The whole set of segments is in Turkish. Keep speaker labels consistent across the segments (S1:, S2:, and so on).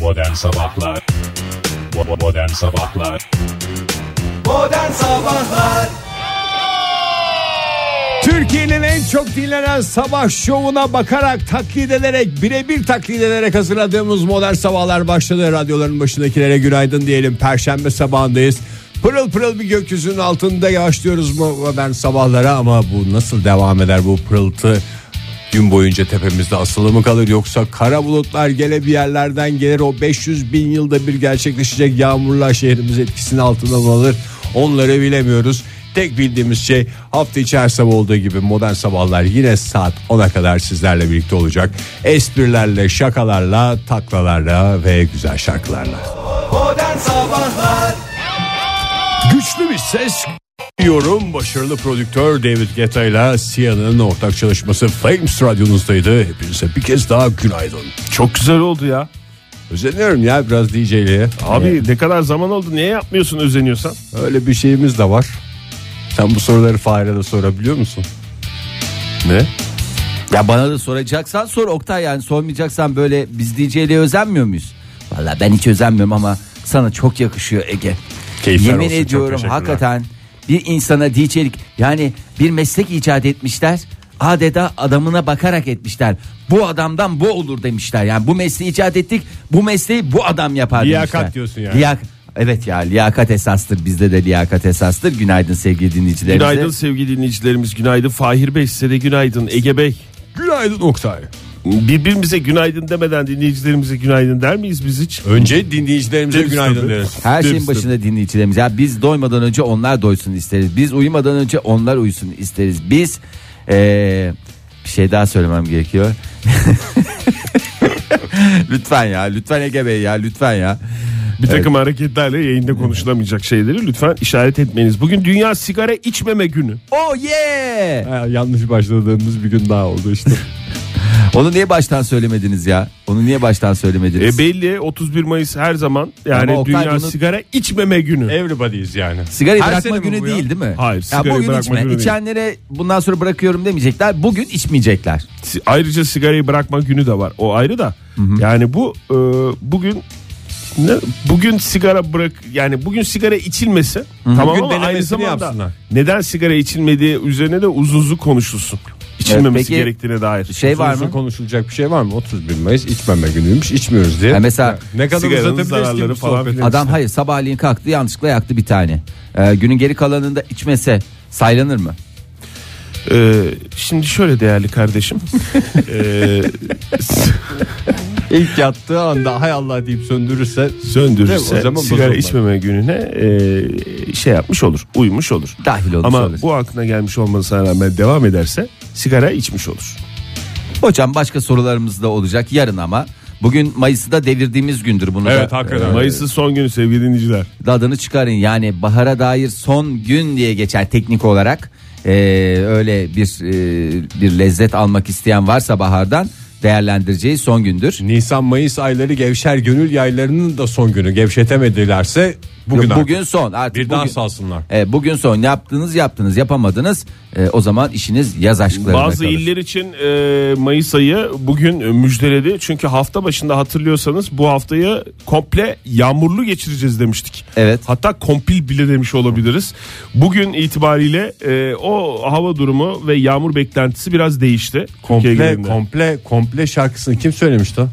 S1: Modern Sabahlar Bo- Modern Sabahlar
S2: Modern Sabahlar
S3: Türkiye'nin en çok dinlenen sabah şovuna bakarak taklit ederek birebir taklit ederek hazırladığımız modern sabahlar başladı. Radyoların başındakilere günaydın diyelim. Perşembe sabahındayız. Pırıl pırıl bir gökyüzünün altında yavaşlıyoruz mo- modern sabahlara ama bu nasıl devam eder bu pırıltı? Gün boyunca tepemizde asılı mı kalır yoksa kara bulutlar gele bir yerlerden gelir o 500 bin yılda bir gerçekleşecek yağmurlar şehrimiz etkisinin altına mı alır onları bilemiyoruz. Tek bildiğimiz şey hafta içi her sabah olduğu gibi modern sabahlar yine saat 10'a kadar sizlerle birlikte olacak. Esprilerle, şakalarla, taklalarla ve güzel şarkılarla.
S2: Modern Sabahlar
S3: Güçlü bir ses diyorum. Başarılı prodüktör David Guetta ile Sia'nın ortak çalışması Flames radyonuzdaydı. Hepinize bir kez daha günaydın.
S4: Çok güzel oldu ya.
S3: Özeniyorum ya biraz DJ'liğe.
S4: Abi ne kadar zaman oldu niye yapmıyorsun özeniyorsan?
S3: Hani Öyle bir şeyimiz de var. Sen bu soruları Fahir'e de sorabiliyor musun?
S4: Ne?
S5: Ya bana da soracaksan sor Oktay yani sormayacaksan böyle biz DJ'liğe özenmiyor muyuz? Valla ben hiç özenmiyorum ama sana çok yakışıyor Ege.
S3: Keyifler
S5: Yemin
S3: olsun, çok
S5: ediyorum
S3: teşekkürler.
S5: hakikaten bir insana DJ'lik yani bir meslek icat etmişler. Adeta adamına bakarak etmişler. Bu adamdan bu olur demişler. Yani bu mesleği icat ettik. Bu mesleği bu adam yapar
S3: Liyakat
S5: demişler.
S3: diyorsun yani.
S5: Liyak- evet ya liyakat esastır. Bizde de liyakat esastır. Günaydın sevgili dinleyicilerimize.
S4: Günaydın sevgili dinleyicilerimiz. Günaydın Fahir Bey size de günaydın Ege Bey.
S3: Günaydın Oktay.
S4: Birbirimize günaydın demeden dinleyicilerimize günaydın der miyiz biz hiç?
S3: Önce dinleyicilerimize
S4: Deriz
S3: günaydın
S4: tabii.
S3: deriz.
S5: Her şeyin
S4: Hepsi.
S5: başında dinleyicilerimiz. Ya biz doymadan önce onlar doysun isteriz. Biz uyumadan önce onlar uyusun isteriz. Biz eee, bir şey daha söylemem gerekiyor. lütfen ya, lütfen Ege Bey ya, lütfen ya.
S4: Bir takım hareketlerle yayında konuşulamayacak şeyleri lütfen işaret etmeniz. Bugün Dünya Sigara İçmeme Günü.
S5: Oh yeah!
S3: Ha, yanlış başladığımız bir gün daha oldu işte.
S5: Onu niye baştan söylemediniz ya? Onu niye baştan söylemediniz?
S4: E belli 31 Mayıs her zaman yani
S5: Ama Oktay
S4: Dünya
S5: bunu-
S4: Sigara İçmeme Günü.
S3: Everybody'yiz yani.
S5: Sigarayı
S3: Her
S5: bırakma
S3: sene mi bu
S5: günü
S3: ya?
S5: değil değil mi?
S4: Hayır,
S5: ya
S4: sigarayı
S5: bugün
S4: bırakma
S5: içme.
S4: günü değil.
S5: İçenlere bundan sonra bırakıyorum demeyecekler. Bugün içmeyecekler.
S4: Ayrıca sigarayı bırakma günü de var. O ayrı da. Yani bu e, bugün ne- bugün sigara bırak yani bugün sigara içilmesi tamam
S3: Bugün
S4: ama aynı
S3: denemesini
S4: zamanda
S3: yapsınlar.
S4: neden sigara içilmediği üzerine de uzun uzun konuşulsun. İçilmemesi
S5: Evet, peki-
S4: gerektiğine dair.
S5: Şey var
S3: Uzun
S5: mı?
S3: uzun konuşulacak bir şey var mı? 31 Mayıs içmeme günüymüş içmiyoruz diye.
S5: Ya mesela-
S3: ne kadar
S4: Sigaranın
S3: uzatabiliriz ki
S4: zararları
S3: bu
S4: falan
S3: sohbeti?
S4: filan.
S5: Adam hayır sabahleyin kalktı yanlışlıkla yaktı bir tane. Ee, günün geri kalanında içmese saylanır mı?
S4: Ee, şimdi şöyle değerli kardeşim. Ee, s-
S3: İlk yattığı anda hay Allah deyip söndürürse
S4: söndürürse
S3: Değil mi? O zaman
S4: sigara
S3: bozulmaz.
S4: içmeme gününe e, şey yapmış olur, uymuş olur.
S5: Dahil olmuş
S4: Ama
S5: olur.
S4: bu aklına gelmiş olmasına rağmen devam ederse sigara içmiş olur.
S5: Hocam başka sorularımız da olacak yarın ama. Bugün Mayıs'ı da devirdiğimiz gündür bunu
S3: Evet,
S5: da.
S3: hakikaten.
S5: e,
S4: Mayıs'ın son günü sevgili dinleyiciler.
S5: Dadını çıkarın yani bahara dair son gün diye geçer teknik olarak. Ee, öyle bir e, bir lezzet almak isteyen varsa bahardan değerlendireceği son gündür.
S3: Nisan Mayıs ayları gevşer gönül yaylarının da son günü gevşetemedilerse bugün,
S5: bugün,
S3: bugün
S5: son artık
S3: bir
S5: bugün,
S3: dans alsınlar.
S5: E, bugün son yaptınız yaptınız yapamadınız E, o zaman işiniz yaz aşklarına
S4: Bazı
S5: kalır.
S4: iller için e, Mayıs ayı bugün e, müjdeledi. Çünkü hafta başında hatırlıyorsanız bu haftayı komple yağmurlu geçireceğiz demiştik.
S5: Evet.
S4: Hatta kompil bile demiş olabiliriz. Bugün itibariyle e, o hava durumu ve yağmur beklentisi biraz değişti. Türkiye
S3: Komple
S4: genelinde.
S3: komple komple şarkısını kim söylemişti? o?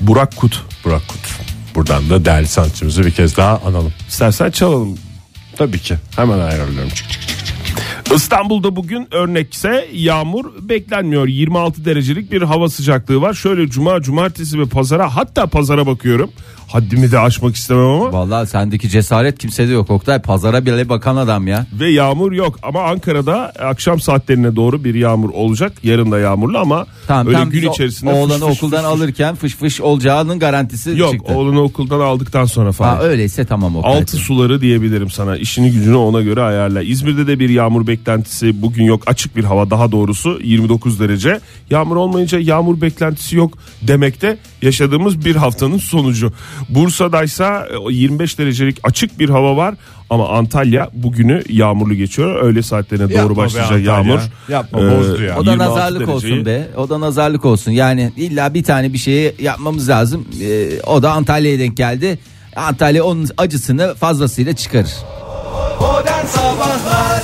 S4: Burak Kut.
S3: Burak Kut. Buradan da değerli sanatçımızı bir kez daha analım.
S4: İstersen çalalım.
S3: Tabii ki. Hemen ayrılıyorum. Çık çık çık.
S4: İstanbul'da bugün örnekse yağmur beklenmiyor. 26 derecelik bir hava sıcaklığı var. Şöyle cuma, cumartesi ve pazara hatta pazara bakıyorum. Haddimi de aşmak istemem ama.
S5: Vallahi sendeki cesaret kimsede yok Oktay. Pazara bile bakan adam ya.
S4: Ve yağmur yok ama Ankara'da akşam saatlerine doğru bir yağmur olacak. Yarın da yağmurlu ama
S5: Tamam,
S4: öyle
S5: tam
S4: gün
S5: biz o-
S4: içerisinde
S5: oğlanı
S4: fış fış fış
S5: okuldan
S4: fış.
S5: alırken fış fış olacağının garantisi
S4: Yok
S5: çıktı.
S4: oğlanı okuldan aldıktan sonra falan.
S5: Ha, öyleyse tamam Oktay.
S4: Altı suları diyebilirim sana. İşini gücünü ona göre ayarla. İzmir'de de bir yağmur beklentisi bugün yok. Açık bir hava daha doğrusu 29 derece. Yağmur olmayınca yağmur beklentisi yok demekte yaşadığımız bir haftanın sonucu. Bursa'daysa e, 25 derecelik açık bir hava var ama Antalya bugünü yağmurlu geçiyor. Öğle saatlerine doğru
S3: Yapma be
S4: başlayacak
S3: Antalya.
S4: yağmur.
S3: Yapma,
S4: Ee,
S3: bozdu ya.
S5: O da
S4: 26
S5: nazarlık
S4: dereceyi-
S5: olsun be. O da nazarlık olsun. Yani illa bir tane bir şeyi yapmamız lazım. Ee, o da Antalya'ya denk geldi. Antalya onun acısını fazlasıyla çıkarır.
S2: Modern Sabahlar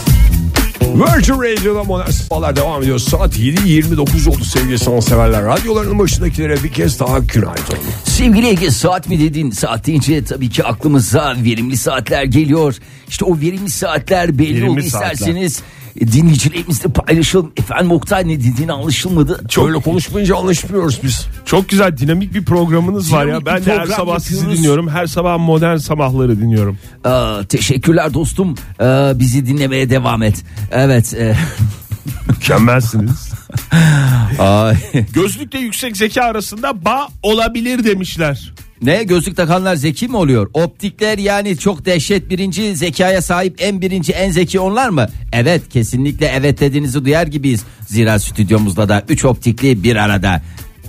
S3: Virgin Radio'da modern sabahlar devam ediyor. Saat 7.29 oldu sevgili sanatseverler. Radyolarının başındakilere bir kez daha günaydın.
S5: Sevgili Ege saat mi dedin? Saat deyince tabii ki aklımıza verimli saatler geliyor. İşte o verimli saatler belli
S4: Verimli
S5: oldu
S4: saatler.
S5: isterseniz e, dinleyicilerimizle paylaşalım. Efendim Oktay ne dediğini anlaşılmadı.
S3: Öyle konuşmayınca anlaşmıyoruz biz.
S4: Çok güzel dinamik bir programınız var ya.
S5: Dinamik bir
S4: Ben de her
S5: program
S4: sabah sizi
S5: yapıyoruz.
S4: dinliyorum. Her sabah modern sabahları dinliyorum.
S5: Aa, e, teşekkürler dostum. Aa, bizi dinlemeye devam et. Evet. e,
S4: Mükemmelsiniz.
S5: Ay.
S4: Gözlükle yüksek zeka arasında bağ olabilir demişler.
S5: Ne gözlük takanlar zeki mi oluyor? Optikler yani çok dehşet birinci zekaya sahip en birinci en zeki onlar mı? Evet kesinlikle evet dediğinizi duyar gibiyiz. Zira stüdyomuzda da 3 optikli bir arada.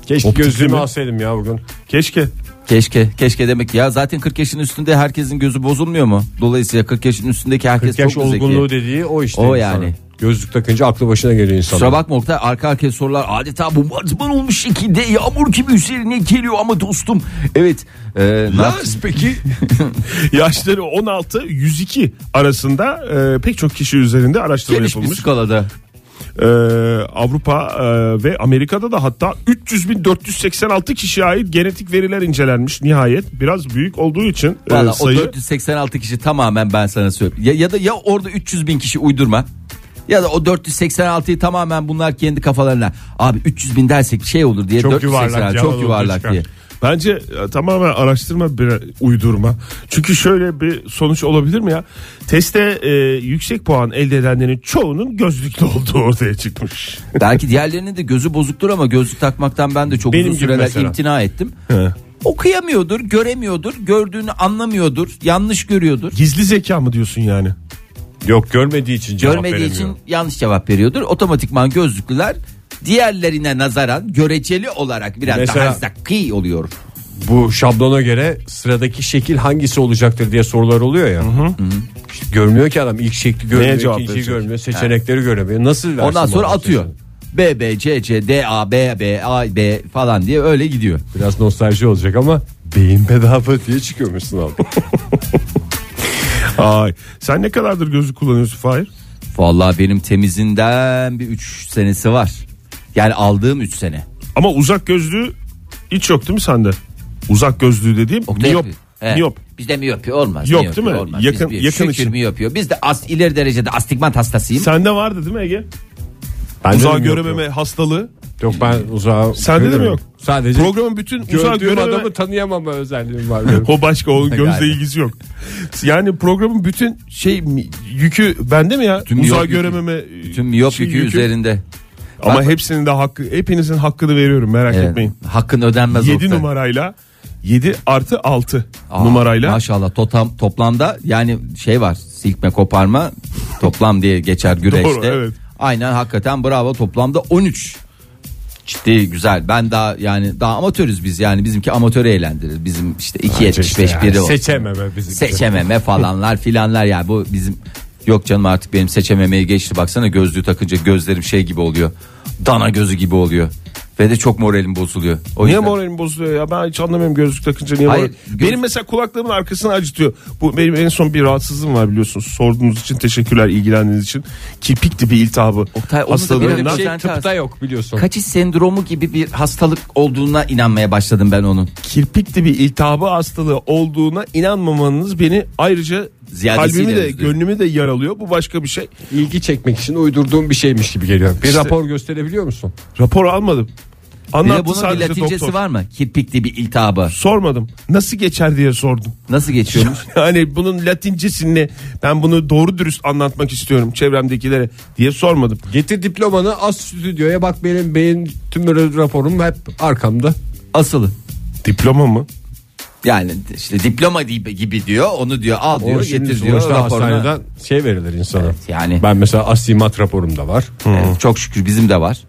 S3: Keşke
S4: Optik
S3: gözlüğümü
S4: mi?
S3: alsaydım ya bugün.
S4: Keşke.
S5: Keşke keşke demek ya zaten 40 yaşın üstünde herkesin gözü bozulmuyor mu? Dolayısıyla 40 yaşın üstündeki herkes
S3: 40 yaş
S5: çok mu zeki.
S3: olgunluğu dediği o işte.
S5: O
S3: insanın.
S5: yani.
S3: Gözlük takınca aklı başına geliyor insan.
S5: Kusura bakma Oktay arka arkaya sorular adeta bombardıman olmuş şekilde yağmur gibi üzerine geliyor ama dostum. Evet. e, ne yap-
S3: Laz peki
S4: Yaşları 16-102 arasında e, pek çok kişi üzerinde araştırma
S5: Geniş bir
S4: yapılmış.
S5: skalada.
S4: E, Avrupa e, ve Amerika'da da hatta 300.486 kişiye ait genetik veriler incelenmiş nihayet. Biraz büyük olduğu için e,
S5: Valla
S4: sayı.
S5: o 486 kişi tamamen ben sana söylüyorum. Ya, ya da ya orada 300 bin kişi uydurma. Ya da o 486'yı tamamen bunlar kendi kafalarına. Abi 300 bin dersek şey olur diye.
S4: Çok
S5: 486,
S4: yuvarlak ya,
S5: Çok
S4: ortaya
S5: yuvarlak
S4: çıkar.
S5: diye.
S4: Bence e, tamamen araştırma bir uydurma. Çünkü şöyle bir sonuç olabilir mi ya? Teste e, yüksek puan elde edenlerin çoğunun gözlüklü olduğu ortaya çıkmış.
S5: Belki diğerlerinin de gözü bozuktur ama gözlük takmaktan ben de çok
S4: Benim
S5: uzun
S4: gibi
S5: süreler
S4: mesela.
S5: imtina ettim. Okuyamıyordur, göremiyordur, gördüğünü anlamıyordur, yanlış görüyordur.
S4: Gizli zeka mı diyorsun yani?
S3: Yok görmediği için cevap
S5: Görmediği
S3: veremiyor.
S5: için yanlış cevap veriyordur. Otomatikman gözlüklüler diğerlerine nazaran göreceli olarak biraz daha
S3: Mesela-
S5: zeki oluyor.
S3: Bu şablona göre sıradaki şekil hangisi olacaktır diye sorular oluyor ya. İşte görmüyor ki adam ilk şekli görmüyor,
S4: Neye cevap
S3: ikinciyi
S4: verecek?
S3: görmüyor, seçenekleri göremiyor. Nasıl versin
S5: Ondan sonra
S3: bana
S5: atıyor.
S3: seçeneği?
S5: B, B, C, C, D, A, B, B, A, B falan diye öyle gidiyor.
S3: Biraz nostalji olacak ama beyin bedava diye çıkıyormuşsun abi.
S4: Ay, sen ne kadardır gözlük kullanıyorsun Fahir?
S5: Vallahi benim temizinden bir 3 senesi var. Yani aldığım 3 sene.
S4: Ama uzak gözlüğü hiç yok değil mi sende? Uzak gözlüğü dediğim miyop.
S5: He.
S4: Miyop.
S5: Bizde miyopi olmaz.
S4: Yok
S5: miyopi
S4: değil mi?
S5: Olmaz.
S4: Yakın-
S5: Biz,
S4: yakın
S5: şükür
S4: için.
S5: miyopi yok. Biz de as, ileri derecede astigmat hastasıyım.
S4: Sende vardı değil mi Ege?
S3: Bende de
S4: Uzağa
S3: mi
S4: görememe
S3: Yok,
S4: hastalığı.
S3: yok ben uzağa
S4: Sende de mi yok?
S3: göremiyorum. Sadece
S4: Programın bütün uzağa
S3: gördüğüm
S4: görememe...
S3: adamı tanıyamama özelliğim var. benim.
S4: O başka onun
S5: Galiba.
S4: gözle ilgisi yok. Yani programın bütün şey mi- yükü bende mi ya?
S5: Tüm
S4: Uzağa
S5: miyop yükü.
S4: görememe
S5: Tüm miyop
S4: şey
S5: yükü, üzerinde.
S4: Ama
S5: Bak-
S4: hepsinin de hakkı hepinizin hakkını veriyorum merak
S5: Evet,
S4: etmeyin.
S5: hakkın ödenmez
S4: 7
S5: Oktay.
S4: numarayla 7 artı 6
S5: Aa,
S4: numarayla
S5: Maşallah totam, toplamda yani şey var silkme koparma toplam diye geçer güreşte.
S4: Doğru, evet.
S5: Aynen hakikaten bravo toplamda 13. Ciddi güzel ben daha yani daha amatörüz biz yani bizimki amatörü eğlendirir bizim işte 2.75 biri o.
S3: Şey Seçememe bizim.
S5: Seçememe falanlar filanlar yani bu bizim yok canım artık benim seçememeyi geçti baksana gözlüğü takınca gözlerim şey gibi oluyor dana gözü gibi oluyor ve de çok moralim bozuluyor. O
S4: Niye
S5: yüzden-
S4: moralim bozuluyor ya? Ben hiç anlamıyorum gözlük takınca niye
S5: Hayır,
S4: moralim-
S5: göz-
S4: Benim mesela kulaklığımın arkasını acıtıyor. Bu benim en son bir rahatsızlığım var biliyorsunuz. Sorduğunuz için teşekkürler ilgilendiğiniz için. Kirpik dibi iltihabı.
S5: Oktay, onu da
S4: hastalığından.
S5: böyle bir
S3: Şey
S5: Sen
S3: tıpta
S5: tarz-
S3: yok biliyorsun.
S5: Kaçış sendromu gibi bir hastalık olduğuna inanmaya başladım ben onun.
S4: kirpik dibi iltihabı hastalığı olduğuna inanmamanız beni ayrıca
S5: Ziyadesiyle
S4: kalbimi de
S5: üzüyor.
S4: gönlümü de yaralıyor. Bu başka bir şey.
S3: İlgi çekmek için uydurduğum bir şeymiş gibi geliyor. Bir
S4: İşte-
S3: rapor gösterebiliyor musun?
S4: Rapor almadım.
S5: Bir
S4: Anlattı
S5: de bunun bir
S4: sadece
S5: latincesi
S4: doktor.
S5: var mı? Kirpik diye bir iltihabı.
S4: Sormadım. Nasıl geçer diye sordum.
S5: Nasıl geçiyormuş?
S4: Yani bunun latincesini ben bunu doğru dürüst anlatmak istiyorum çevremdekilere diye sormadım.
S3: Getir diplomanı az stüdyoya bak benim beyin tümörü raporum hep arkamda.
S5: Asılı.
S4: Diploma mı?
S5: Yani işte diploma gibi gibi diyor onu diyor al diyor
S3: O şimdi
S5: getir diyor
S3: sonuçta
S5: raporuna.
S3: hastaneden şey verilir insana.
S5: yani.
S3: Ben mesela astigmat raporumda var.
S5: Evet, çok şükür bizim de var.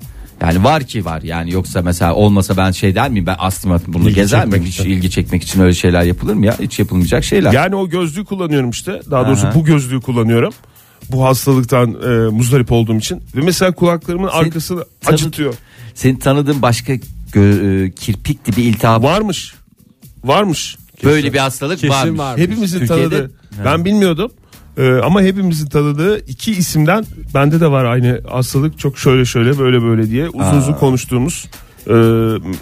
S5: Yani var ki var yani yoksa mesela olmasa ben şey der miyim ben astım bunu gezer miyim hiç ilgi çekmek için öyle şeyler yapılır mı ya hiç yapılmayacak şeyler.
S4: Yani o gözlüğü kullanıyorum işte. Daha doğrusu
S5: Aha.
S4: bu gözlüğü kullanıyorum. Bu hastalıktan e, muzdarip olduğum için. Ve mesela kulaklarımın arkasını
S5: Tanı-
S4: acıtıyor.
S5: Senin tanıdığın başka gö- e, kirpik gibi iltihap
S4: Varmış. Varmış.
S5: böyle bir hastalık
S3: Kesin
S5: varmış.
S3: var.
S4: Hepimizin
S5: Türkiye'de-
S4: tanıdığı. Ben bilmiyordum. Ee, ama hepimizin tanıdığı iki isimden bende de var aynı hastalık. Çok şöyle şöyle böyle böyle diye uzun uzun konuştuğumuz e,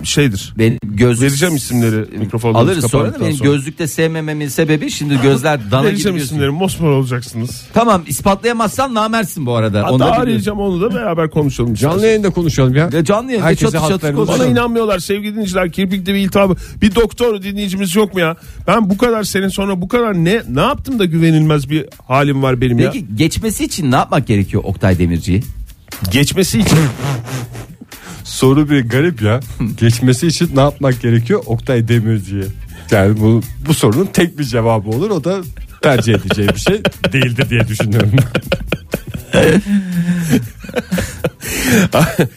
S4: şeydir.
S5: Ben gözlük E,
S4: Vereceğim isimleri mikrofonlarımız
S5: alırız sonra da
S4: kapandıktan
S5: benim gözlükte sevmememin sebebi şimdi gözler dana gibi
S4: Vereceğim
S5: gözüküyor.
S4: isimleri mosmor olacaksınız.
S5: Tamam ispatlayamazsan namersin bu arada.
S4: Hatta
S5: Onu da biliyorum.
S4: arayacağım onu da beraber konuşalım.
S3: Canlı yayında konuşalım ya.
S5: Ya Canlı yayında
S3: Herkese
S5: çatı çatı
S3: hatlarını-
S5: konuşalım.
S4: Bana inanmıyorlar sevgili dinleyiciler kirpikli bir iltihabı. Bir doktor dinleyicimiz yok mu ya? Ben bu kadar sene sonra bu kadar ne ne yaptım da güvenilmez bir halim var benim ya.
S5: Peki geçmesi için ne yapmak gerekiyor Oktay Demirci'yi?
S4: Geçmesi için
S3: Soru bir garip ya. Geçmesi için ne yapmak gerekiyor? Oktay Demirci'ye. Yani bu, bu sorunun tek bir cevabı olur. O da tercih edeceği bir şey değildi diye düşünüyorum.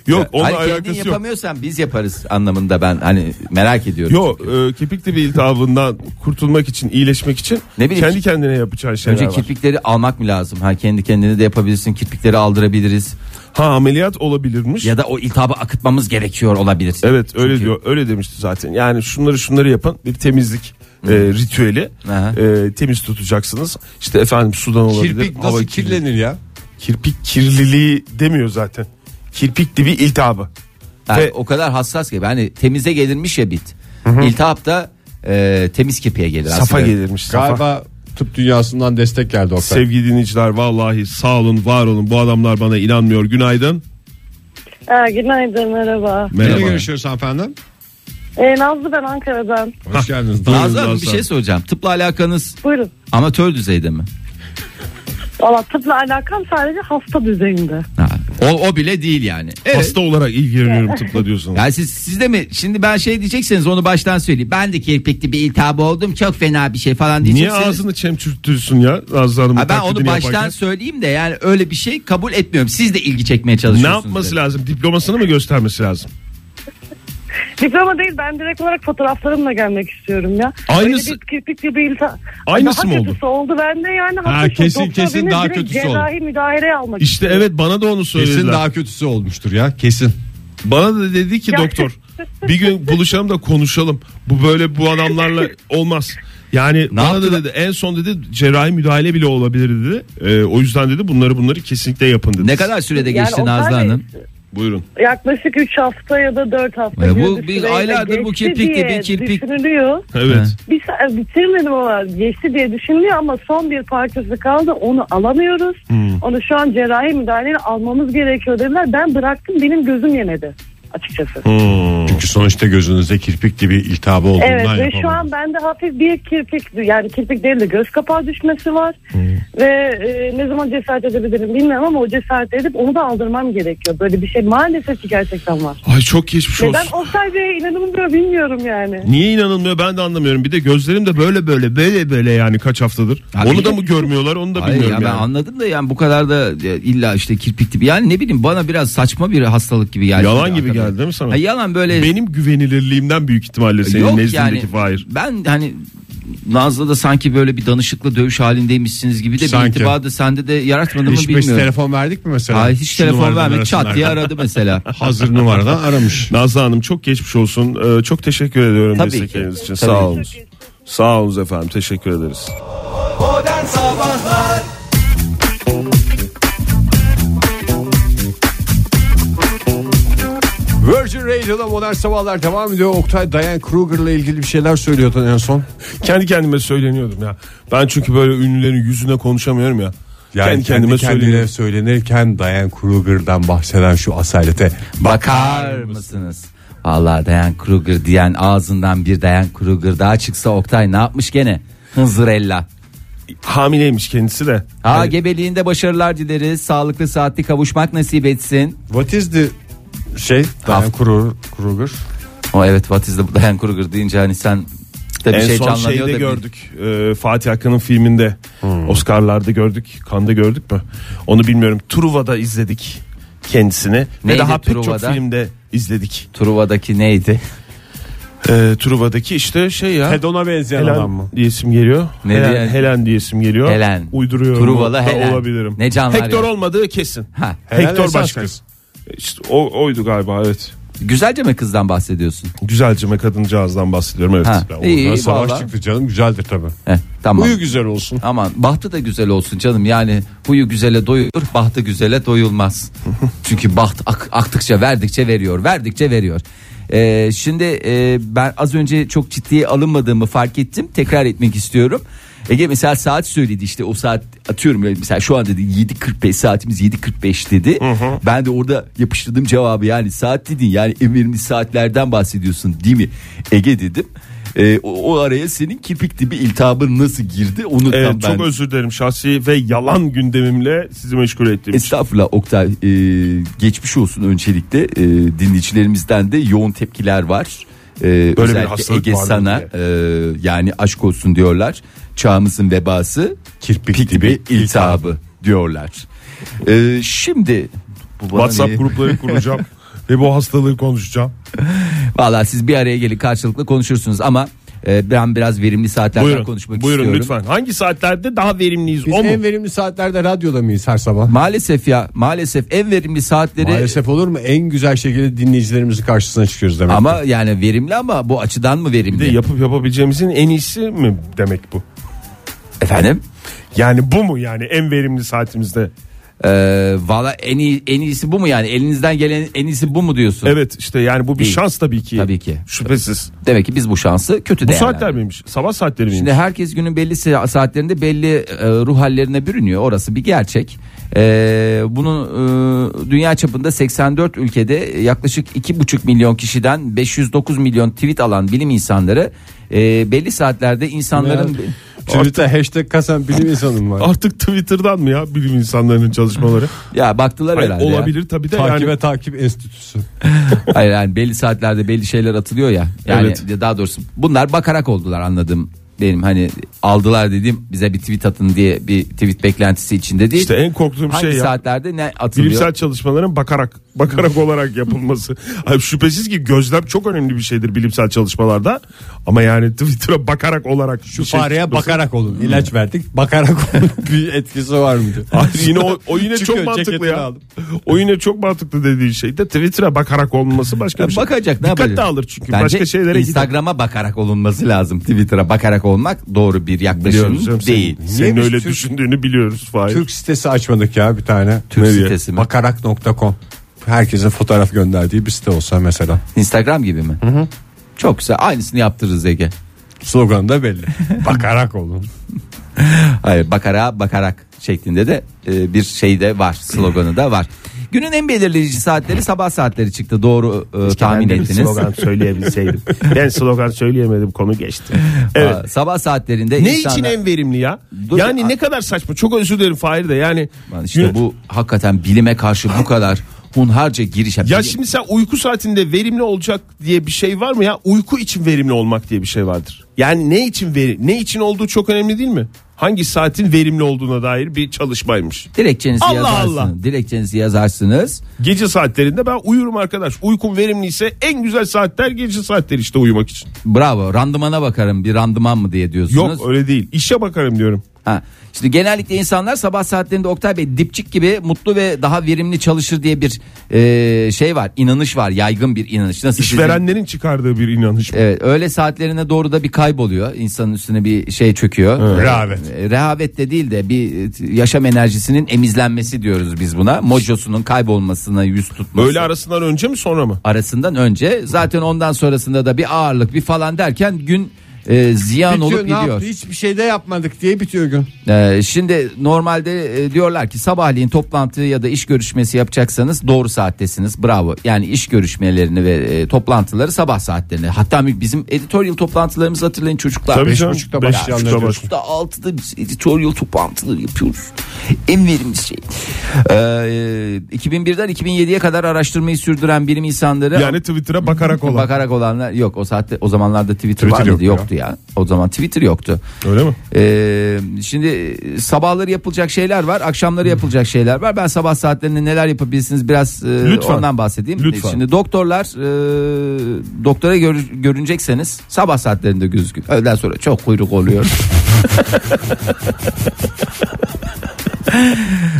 S4: yok onunla
S5: Hani kendin
S4: alakası yok.
S5: yapamıyorsan biz yaparız anlamında ben hani merak ediyorum.
S4: Yok e, kirpikli bir iltihabından kurtulmak için iyileşmek için
S5: Ne bileyim
S4: kendi
S5: ki-
S4: kendine yapacağın şeyler
S5: Önce
S4: var.
S5: kirpikleri almak mı lazım? Ha kendi kendine de yapabilirsin. Kirpikleri aldırabiliriz.
S4: Ha ameliyat olabilirmiş.
S5: Ya da o iltihabı akıtmamız gerekiyor olabilir.
S4: Evet öyle
S5: Çünkü-
S4: diyor öyle demişti zaten. Yani şunları şunları yapın bir temizlik e, ritüeli
S5: Aha.
S4: E, temiz tutacaksınız. İşte efendim sudan olabilir.
S3: Kirpik
S4: hava
S3: nasıl
S4: kirli-
S3: kirlenir ya?
S4: Kirpik kirliliği demiyor zaten. Kirpikli bir iltihabı.
S5: Yani
S4: Ve-
S5: o kadar hassas ki. Hani temize gelirmiş ya bit. İltihap da e, temiz kirpiğe gelir aslında.
S4: Safa gelirmiş. safa.
S3: Galiba tıp dünyasından destek geldi Oktay.
S4: Sevgili dinleyiciler vallahi sağ olun var olun bu adamlar bana inanmıyor. Günaydın.
S6: Ee, günaydın merhaba.
S3: Neyle
S4: Merhaba.
S3: görüşüyoruz hanımefendi?
S6: Ee, Nazlı ben Ankara'dan.
S3: Hoş geldiniz.
S5: Nazlı Hanım bir
S4: Nazlı.
S5: şey soracağım. Tıpla alakanız
S6: Buyurun.
S5: amatör düzeyde mi?
S6: Valla tıpla alakam sadece hasta düzeyinde.
S5: Ha, O, o bile değil yani. Evet.
S4: Hasta olarak ilgileniyorum tıpla diyorsunuz.
S5: Yani siz, siz de mi? Şimdi ben şey diyecekseniz onu baştan söyleyeyim. Ben de kirpikli bir iltihabı oldum. Çok fena bir şey falan
S4: Niye
S5: diyeceksiniz.
S4: ağzını çemçürtüyorsun ya Nazlı Hanım'ın
S5: Ha ben
S4: taklidini
S5: onu baştan
S4: yaparken?
S5: söyleyeyim de yani öyle bir şey kabul etmiyorum. Siz de ilgi çekmeye
S4: Ne
S5: çalışıyorsunuz.
S4: yapması
S5: dedi.
S4: lazım? Diplomasını mı göstermesi lazım?
S6: Diploma değil ben direkt olarak fotoğraflarımla gelmek istiyorum ya.
S4: Aynısı-
S6: Öyle bir kirpik gibi ilta...
S4: Aynısı
S6: daha
S4: mı oldu?
S6: kötüsü oldu bende yani.
S3: Ha,
S6: Hatta
S3: kesin-
S6: doktor
S3: kesin
S6: beni
S3: daha
S6: direkt
S3: kötüsü oldu.
S6: Cerrahi müdahaleye almak
S4: İşte evet bana da onu söylediler.
S3: Kesin daha kötüsü olmuştur ya kesin.
S4: Bana da dedi ki
S6: Ya.
S4: doktor bir gün buluşalım da konuşalım. Bu böyle bu adamlarla olmaz. Yani bana da
S5: yaptılar?
S4: dedi en son dedi cerrahi müdahale bile olabilir dedi. Ee, o yüzden dedi bunları bunları kesinlikle yapın dedi.
S5: Ne kadar sürede geçti
S6: Yani o
S5: Nazlı
S6: kadar-
S5: Hanım?
S4: Buyurun.
S6: Yaklaşık 3 hafta ya da 4 hafta.
S5: Ya
S6: gibi
S5: bu bir
S6: süreyle
S5: aylardır bu
S6: geçti
S5: kirpikli
S6: diye
S5: bir kirpik-
S6: Düşünülüyor.
S4: Evet.
S6: Bir sa- e, bitirmedim ama geçti diye düşünülüyor ama son bir parçası kaldı onu alamıyoruz. Onu şu an cerrahi müdahaleyle almamız gerekiyor dediler. Ben bıraktım benim gözüm yemedi açıkçası.
S3: Çünkü sonuçta gözünüzde kirpik gibi iltihabı olduğundan
S6: Evet ve
S3: yapamadım.
S6: şu an bende hafif bir kirpik yani kirpik değil de göz kapağı düşmesi var.
S3: Hmm.
S6: Ve e, ne zaman cesaret edebilirim bilmiyorum ama o cesaret edip onu da aldırmam gerekiyor. Böyle bir şey maalesef ki gerçekten var.
S4: Ay çok geçmiş
S6: Neden
S4: olsun.
S6: Oktay Bey'e inanılmıyor bilmiyorum yani.
S4: Niye inanılmıyor ben de anlamıyorum. Bir de gözlerim de böyle böyle böyle böyle yani kaç haftadır.
S5: Abi-
S4: onu da mı görmüyorlar onu da
S5: Hayır ya
S4: bilmiyorum
S5: ben
S4: yani.
S5: anladım da yani bu kadar da ya illa işte kirpik tipi yani ne bileyim bana biraz saçma bir hastalık gibi geldi.
S4: Yalan gibi
S5: Hakikaten.
S4: geldi değil mi sana?
S5: Ha, yalan böyle
S4: Benim güvenilirliğimden büyük ihtimalle senin
S5: yok yani
S4: nezdindeki Fahir.
S5: ben hani Nazlı'da sanki böyle bir danışıklı dövüş halindeymişsiniz gibi de bir
S3: Sanki.
S5: intiba da sende de yaratmadı mı
S3: Hiç biz
S5: bilmiyorum.
S3: telefon verdik mi mesela?
S5: Hayır, hiç
S3: Şu
S5: telefon
S3: numaradan
S5: vermedi
S3: arasınlar.
S5: çat diye aradı mesela.
S3: Hazır numaradan aramış.
S4: Nazlı Hanım çok geçmiş olsun. Ee, çok teşekkür ediyorum
S5: Tabii
S4: destekleriniz
S5: ki.
S4: için.
S5: Tabii
S4: Sağ
S5: ki.
S4: olun. Sağ olun efendim. Teşekkür ederiz.
S2: Modern Sabahlar
S3: Virgin Radio'da modern sabahlar devam ediyor. Oktay Diane Kruger'la ilgili bir şeyler söylüyordun en son.
S4: Kendi kendime söyleniyordum ya. Ben çünkü böyle ünlülerin yüzüne konuşamıyorum ya. kendi kendime söyleniyorum.
S3: söylenirken Diane Kruger'dan bahseden şu asalete
S5: Bakar mısınız? Vallahi Dayan Kruger diyen ağzından bir Dayan Kruger daha çıksa Oktay ne yapmış gene? Hınzırella.
S4: Hamileymiş kendisi de.
S5: Ha gebeliğinde başarılar dileriz. Sağlıklı saatli kavuşmak nasip etsin.
S3: What is the şey Diane Kruger, Kruger.
S5: O evet what is the Dayan Kruger deyince hani sen buçukta bir
S4: en
S5: şey
S4: son
S5: canlanıyor da.
S4: şeyde
S5: bir-
S4: gördük. e, Fatih Akın'ın filminde.
S3: Hmm.
S4: Oscar'larda gördük. Kanda gördük mü? Onu bilmiyorum. Truva'da izledik kendisini. Ve
S5: Neydi
S4: daha pek çok
S5: Truva'da?
S4: filmde izledik.
S5: Truva'daki neydi?
S4: E, Truva'daki işte şey ya.
S3: Hedon'a benzeyen adam
S4: Helen
S3: mı?
S4: diyesim geliyor.
S5: Ne
S4: Helen,
S5: diye-
S4: Helen diyesim geliyor.
S5: Helen.
S4: Uyduruyorum.
S5: Truvalı
S4: da
S5: Helen.
S4: Olabilirim.
S5: Ne canlar
S4: Hector
S5: ya.
S4: olmadığı kesin.
S5: Ha.
S3: Helen
S4: Hector
S3: esas
S4: başka.
S3: kız.
S4: İşte o, oydu galiba evet.
S5: Güzelce mi kızdan bahsediyorsun?
S4: Güzelcime kadıncağızdan bahsediyorum evet.
S5: Ha.
S4: Ya,
S5: İyi,
S3: Oradan
S5: iyi,
S3: savaş
S5: vallahi.
S3: çıktı canım güzeldir tabii.
S5: Heh, tamam.
S3: Uyu güzel olsun.
S5: Aman bahtı da güzel olsun canım yani huyu güzele doyulur bahtı güzele doyulmaz. Çünkü baht ak- aktıkça verdikçe veriyor verdikçe veriyor. Ee, şimdi e, ben az önce çok ciddiye alınmadığımı fark ettim tekrar etmek istiyorum. Ege mesela saat söyledi işte o saat atıyorum yani mesela şu an dedi 7.45 saatimiz 7.45 dedi. Ben de orada yapıştırdım cevabı yani saat dedin yani emirli saatlerden bahsediyorsun değil mi Ege dedim. Ee, o, o araya senin kirpik dibi iltihabın nasıl girdi onu
S4: Evet,
S5: tam ben...
S4: çok özür dilerim şahsi ve yalan gündemimle sizi meşgul ettiğim için.
S5: Estağfurullah Oktay e, geçmiş olsun öncelikle E, dinleyicilerimizden de yoğun tepkiler var. E, özellikle
S4: hastalık
S5: Ege
S4: var mı
S5: sana e, yani aşk olsun diyorlar. Çağımızın vebası kirpik, dibi iltihabı diyorlar. E, şimdi bu bana
S4: WhatsApp
S5: niye-
S4: grupları kuracağım ve bu hastalığı konuşacağım.
S5: Vallahi siz bir araya gelin karşılıklı konuşursunuz ama e, ben biraz verimli saatlerden
S4: Buyurun.
S5: konuşmak
S4: buyurun
S5: istiyorum.
S4: lütfen. Hangi saatlerde daha verimliyiz?
S3: Biz
S4: o mu?
S3: en verimli saatlerde radyoda mıyız her sabah?
S5: Maalesef ya maalesef en verimli saatleri
S3: Maalesef olur mu? En güzel şekilde dinleyicilerimizin karşısına çıkıyoruz demek.
S5: ama yani verimli ama bu açıdan mı
S4: Bir de
S5: verimli?
S4: yapıp yapabileceğimizin en iyisi mi demek bu?
S5: Efendim?
S4: Yani bu mu yani en verimli saatimizde?
S5: Ee, Valla en iyi en iyisi bu mu yani elinizden gelen en iyisi bu mu diyorsun?
S4: Evet işte yani bu bir
S5: Değil.
S4: şans tabii ki.
S5: Tabii ki.
S4: Şüphesiz.
S5: Demek ki biz bu şansı kötü
S4: Bu
S5: değerlendirdik.
S4: saatler miymiş? Sabah saatleri miymiş?
S5: Şimdi herkes günün belli se- saatlerinde belli e, ruh hallerine bürünüyor. Orası bir gerçek. Ee, bunu e, dünya çapında 84 ülkede yaklaşık 2,5 milyon kişiden 509 milyon tweet alan bilim insanları e, belli saatlerde insanların
S3: Twitter'da hashtag kasan bilim insanım var.
S4: Artık Twitter'dan mı ya bilim insanlarının çalışmaları?
S5: ya baktılar
S4: Hayır,
S5: herhalde. ya.
S4: olabilir tabii de
S3: Takip
S4: yani.
S3: ve takip enstitüsü.
S5: Hayır yani belli saatlerde belli şeyler atılıyor ya. Yani
S4: Evet.
S5: daha doğrusu bunlar bakarak oldular anladım. Benim hani aldılar dediğim bize bir tweet atın diye bir tweet beklentisi içinde değil.
S4: İşte en korktuğum
S5: Hangi
S4: şey ya.
S5: saatlerde ne atılıyor?
S4: Bilimsel çalışmaların bakarak bakarak olarak yapılması. Ay, şüphesiz ki gözlem çok önemli bir şeydir bilimsel çalışmalarda. Ama yani Twitter'a bakarak olarak şey- şu
S5: şey-
S3: Fareye bakarak
S4: Hmm.
S3: olun. İlaç verdik. Bakarak olun. bir etkisi var mı? diyor.
S4: yine o, o yine
S3: Çıkıyor,
S4: çok mantıklı
S3: ceketini
S4: ya.
S3: aldım.
S4: O yine çok mantıklı dediği şey de Twitter'a bakarak olması başka bir şey.
S5: Bakacak ne
S4: Dikkat
S5: yapacak?
S4: dağılır çünkü
S5: Bence
S4: başka şeylere gider.
S5: Instagram'a bakarak olunması lazım. Twitter'a bakarak olmak doğru bir
S4: Biliyoruz canım,
S5: yaklaşım
S4: senin-
S5: değil.
S4: Senin
S3: Niye biz
S4: öyle
S3: Türk-
S4: düşündüğünü biliyoruz Fahir.
S3: Türk sitesi açmadık ya bir tane.
S5: Türk
S3: Ne diye?
S5: sitesi mi?
S3: Bakarak.com. Herkesin fotoğraf gönderdiği bir site olsa mesela.
S5: Instagram gibi mi? Çok güzel. Aynısını yaptırırız Ege.
S3: Slogan da belli. Bakarak olun.
S5: Hayır bakara bakarak şeklinde de e, bir şey de var sloganı da var. Günün en belirleyici saatleri sabah saatleri çıktı doğru e, tahmin ettiniz.
S4: söyleyebilseydim. ben slogan söyleyemedim konu geçti. Evet.
S5: Aa, Sabah saatlerinde
S4: Ne
S5: insanlar-
S4: için en verimli ya?
S5: Dur,
S4: yani
S5: a-
S4: ne kadar saçma. Çok özür dilerim Fahir de yani.
S5: Lan işte bu hakikaten bilime karşı bu kadar hunharca giriş
S4: Ya şimdi sen uyku saatinde verimli olacak diye bir şey var mı ya? Uyku için verimli olmak diye bir şey vardır. Yani ne için veri, ne için olduğu çok önemli değil mi? Hangi saatin verimli olduğuna dair bir çalışmaymış.
S5: dilekçenizi
S4: Allah
S5: yazarsınız.
S4: Allah.
S5: Dilekçenizi yazarsınız.
S4: Gece saatlerinde ben uyurum arkadaş. Uykum verimliyse en güzel saatler gece saatleri işte uyumak için.
S5: Bravo. Randımana bakarım. Bir randıman mı diye
S4: Yok
S5: diyorsunuz.
S4: öyle değil. İşe bakarım diyorum.
S5: Ha. Şimdi genellikle insanlar sabah saatlerinde Oktay Bey dipçik gibi mutlu ve daha verimli çalışır diye bir e, şey var. inanış var. Yaygın bir inanış. Nasıl sizin-
S4: İşverenlerin çıkardığı bir inanış.
S5: Evet, öğle saatlerine doğru da bir kayboluyor. İnsanın üstüne bir şey çöküyor.
S4: rehavet.
S5: E, Rehavet de değil de bir e, yaşam enerjisinin emizlenmesi diyoruz biz buna. Mojosunun kaybolmasına yüz tutması.
S4: Öğle arasından önce mi sonra mı?
S5: arasından önce zaten ondan sonrasında da bir ağırlık bir falan derken gün e, ziyan olup
S3: ne
S5: gidiyor.
S3: yaptı? Hiçbir şey de yapmadık diye bitiyor gün.
S5: Ee, şimdi normalde e, diyorlar ki sabahleyin toplantı ya da iş görüşmesi yapacaksanız doğru saattesiniz. Bravo. Yani iş görüşmelerini ve e, toplantıları sabah saatlerine. Hatta bizim editorial toplantılarımızı hatırlayın çocuklar.
S4: Tabii
S5: Beş
S4: canım.
S5: buçukta
S4: Beş
S5: başlayanlar
S4: buçukta
S5: diyoruz. Beş buçukta, altıda biz editorial toplantıları yapıyoruz. En verimli şey. Ee, 2001'den 2007'ye kadar araştırmayı sürdüren bilim insanları
S4: Yani Twitter'a bakarak olan.
S5: bakarak olanlar yok o saatte o zamanlarda Twitter, var mıydı?
S4: yok ya.
S5: yoktu ya. O zaman Twitter yoktu.
S4: Öyle mi?
S5: Ee, şimdi sabahları yapılacak şeyler var, akşamları yapılacak şeyler var. Ben sabah saatlerinde neler yapabilirsiniz biraz e,
S4: Lütfen.
S5: ondan bahsedeyim.
S4: Lütfen.
S5: Şimdi doktorlar e, doktora gör- görünecekseniz sabah saatlerinde gözükün. Öğleden sonra çok kuyruk oluyor.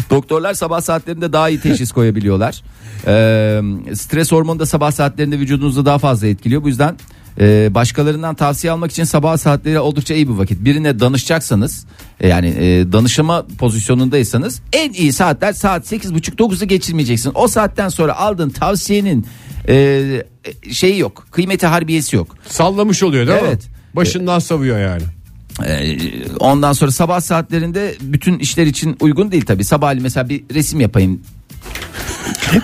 S5: Doktorlar sabah saatlerinde daha iyi teşhis koyabiliyorlar. Ee, stres hormonu da sabah saatlerinde vücudunuzu daha fazla etkiliyor. Bu yüzden e, başkalarından tavsiye almak için sabah saatleri oldukça iyi bir vakit. Birine danışacaksanız e, yani e, danışma pozisyonundaysanız en iyi saatler saat 8.30-9'u geçirmeyeceksin. O saatten sonra aldığın tavsiyenin e, şeyi yok. Kıymeti harbiyesi yok.
S3: Sallamış oluyor değil
S5: Evet.
S3: mi? Başından savuyor yani.
S5: Ee, ondan sonra sabah saatlerinde bütün işler için uygun değil tabii. Sabahleyin mesela bir resim yapayım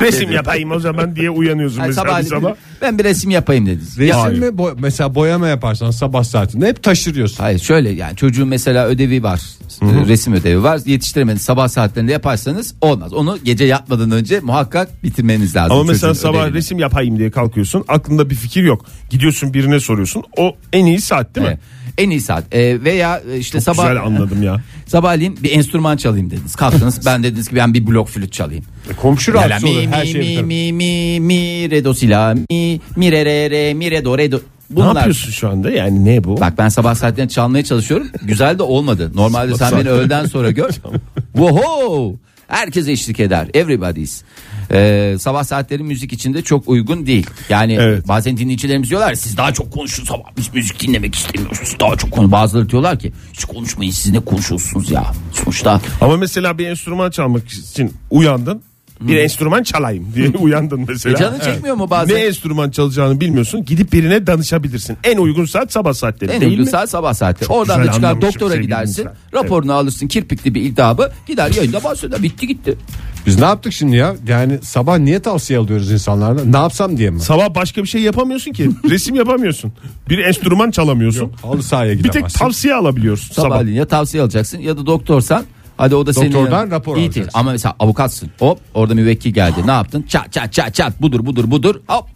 S4: Resim yapayım o zaman diye uyanıyorsun
S5: Yani
S4: mesela bir
S5: sabahleyin
S4: sabah.
S5: ben bir resim yapayım dediniz.
S3: Resim
S5: Ya-
S3: mi? Bo- mesela boyama yaparsan sabah saatinde hep taşırıyorsun.
S5: Hayır şöyle yani çocuğun mesela ödevi var. Resim ödevi var. Yetiştiremediniz sabah saatlerinde yaparsanız olmaz. Onu gece yatmadan önce muhakkak bitirmeniz lazım.
S4: Ama mesela
S5: çocuğun
S4: sabah
S5: ödevini.
S4: resim yapayım diye kalkıyorsun. Aklında bir fikir yok. Gidiyorsun birine soruyorsun. O en iyi saat değil
S5: Evet.
S4: mi?
S5: En iyi saat Ee, veya işte
S4: Çok
S5: sabah
S4: Güzel anladım ya.
S5: sabahleyin bir enstrüman çalayım dediniz. Kalktınız ben dediniz ki ben bir blok flüt çalayım.
S4: E,
S3: Komşu
S5: Lala,
S3: rahatsız olur
S5: mi
S3: her
S5: mi
S3: şey
S5: mi
S3: biter.
S5: mi mi mi re do si la mi mi re re re mi re do re do. Bunlar,
S4: Ne yapıyorsun şu anda? Yani ne bu?
S5: Bak ben sabah saatlerinde çalmaya çalışıyorum. Güzel de olmadı. Normalde sen beni öğleden sonra gör. Woho! Herkes eşlik eder. Everybody's. Ee, sabah saatleri müzik için de çok uygun değil. Yani
S4: Evet.
S5: bazen dinleyicilerimiz diyorlar siz daha çok konuşun sabah biz müzik dinlemek istemiyoruz. Daha çok konu. Bazıları diyorlar ki hiç konuşmayın siz ne konuşuyorsunuz ya. Sonuçta
S4: Ama mesela bir enstrüman çalmak için uyandın. Bir enstrüman çalayım diye uyandın mesela.
S5: E canın çekmiyor mu bazen?
S4: Ne enstrüman çalacağını bilmiyorsun. Gidip birine danışabilirsin. En uygun saat sabah saatleri
S5: En
S4: değil
S5: uygun
S4: mi?
S5: saat sabah saati.
S4: Çok
S5: Oradan da
S4: güzel
S5: çıkar
S4: anlamışım
S5: doktora
S4: sevgili
S5: gidersin.
S4: insan.
S5: Raporunu alırsın kirpikli bir iltihabı. Gider yayında bahseder. Bitti gitti.
S3: Biz ne yaptık şimdi ya? Yani sabah niye tavsiye alıyoruz insanlardan? Ne yapsam diye mi?
S4: Sabah başka bir şey yapamıyorsun ki. Resim yapamıyorsun. Bir enstrüman çalamıyorsun.
S3: Halı sahaya
S4: bir tek
S3: gidemezsin.
S4: tavsiye alabiliyorsun sabah.
S5: Sabahleyin ya tavsiye alacaksın ya da doktorsan hadi o da senin
S3: Doktordan
S5: yanına-
S3: rapor
S5: İyi
S3: alacaksın.
S5: değil. Ama mesela avukatsın. Hop orada müvekkil geldi. Ne yaptın? Çat çat çat çat budur budur budur. Hop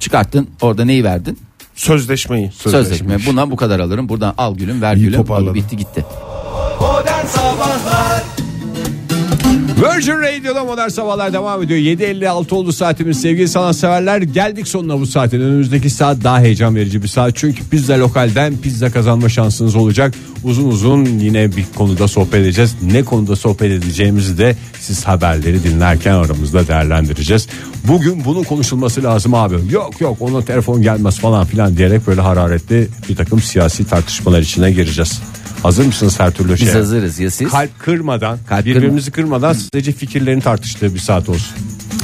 S5: çıkarttın. Orada neyi verdin?
S4: Sözleşmeyi.
S5: Sözleşme. Bundan bu kadar alırım. Buradan al gülüm ver gülüm.
S4: toparladın.
S5: Oldu, Bitti gitti.
S2: Modern Sabahlar
S3: Virgin Radio'da modern sabahlar devam ediyor. 7.56 oldu saatimiz sevgili sanatseverler. Geldik sonuna bu saatin. Önümüzdeki saat daha heyecan verici bir saat. Çünkü pizza lokalden pizza kazanma şansınız olacak. Uzun uzun yine bir konuda sohbet edeceğiz. Ne konuda sohbet edeceğimizi de siz haberleri dinlerken aramızda değerlendireceğiz. Bugün bunun konuşulması lazım abi. Yok yok ona telefon gelmez falan filan diyerek böyle hararetli bir takım siyasi tartışmalar içine gireceğiz. Hazır mısınız her türlü şeye?
S5: Biz hazırız ya siz.
S3: kalp kırmadan,
S5: Kalp
S3: birbirimizi kırmadan sadece fikirlerini tartıştığı bir saat olsun.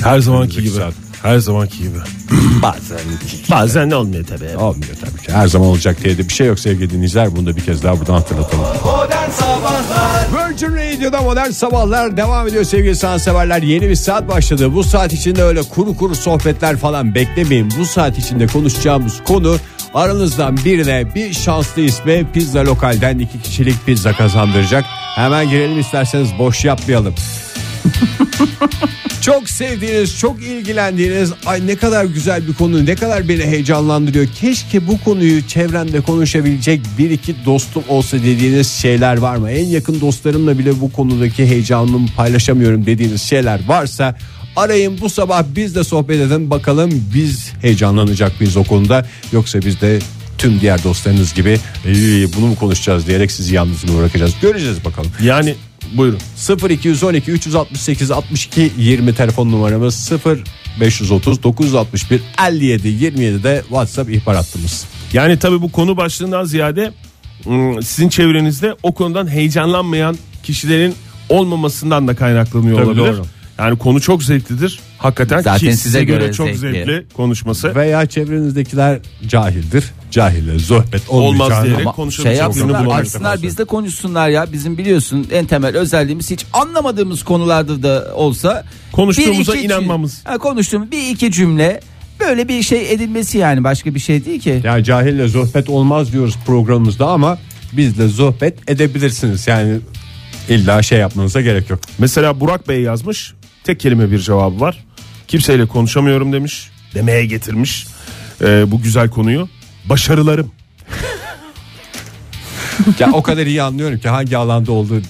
S4: Her zamanki
S3: gibi.
S4: Her zamanki gibi.
S3: Bazen
S4: Bazen de olmuyor tabii.
S3: olmuyor tabii ki. Her zaman olacak diye de bir şey yok sevgili dinleyiciler. Bunu da bir kez daha buradan hatırlatalım.
S2: Modern Sabahlar
S3: Virgin Radio'da modern sabahlar devam ediyor sevgili sanatseverler. Yeni bir saat başladı. Bu saat içinde öyle kuru kuru sohbetler falan beklemeyin. Bu saat içinde konuşacağımız konu aranızdan birine bir şanslı isme pizza lokalden iki kişilik pizza kazandıracak. Hemen girelim isterseniz boş yapmayalım. Çok sevdiğiniz, çok ilgilendiğiniz, ay ne kadar güzel bir konu, ne kadar beni heyecanlandırıyor. Keşke bu konuyu çevremde konuşabilecek bir iki dostum olsa dediğiniz şeyler var mı? En yakın dostlarımla bile bu konudaki heyecanımı paylaşamıyorum dediğiniz şeyler varsa arayın bu sabah biz de sohbet edin bakalım biz heyecanlanacak mıyız o konuda yoksa biz de tüm diğer dostlarınız gibi "Ee, bunu mu konuşacağız diyerek sizi yalnız mı bırakacağız göreceğiz bakalım.
S4: Yani buyurun.
S3: 0212 368 62 20 telefon numaramız 0 530 961 57 27 de WhatsApp ihbar hattımız.
S4: Yani tabii bu konu başlığından ziyade ım, sizin çevrenizde o konudan heyecanlanmayan kişilerin olmamasından da kaynaklanıyor
S3: Tabii
S4: olabilir.
S3: doğru.
S4: Yani konu çok zevklidir. Hakikaten
S5: Zaten
S4: ki
S5: size
S4: size göre,
S5: göre
S4: çok
S5: zevkli.
S4: zevkli, konuşması
S3: Veya çevrenizdekiler cahildir. Cahille sohbet
S4: olmaz diyerek
S5: Ama şey
S4: konuşamayacağız.
S5: yapsınlar, açsınlar biz de konuşsunlar ya. Bizim biliyorsun en temel özelliğimiz hiç anlamadığımız konularda da olsa
S4: Konuştuğumuza
S5: bir iki-
S4: inanmamız.
S5: Ha, konuştuğum bir iki cümle böyle bir şey edilmesi yani başka bir şey değil ki.
S3: Yani cahille sohbet olmaz diyoruz programımızda ama bizle sohbet edebilirsiniz. Yani illa şey yapmanıza gerek yok.
S4: Mesela Burak Bey yazmış. Tek kelime bir cevabı var. Kimseyle konuşamıyorum demiş. Demeye getirmiş. Ee, bu güzel konuyu. Başarılarım.
S3: ya o kadar iyi anlıyorum ki hangi alanda olduğu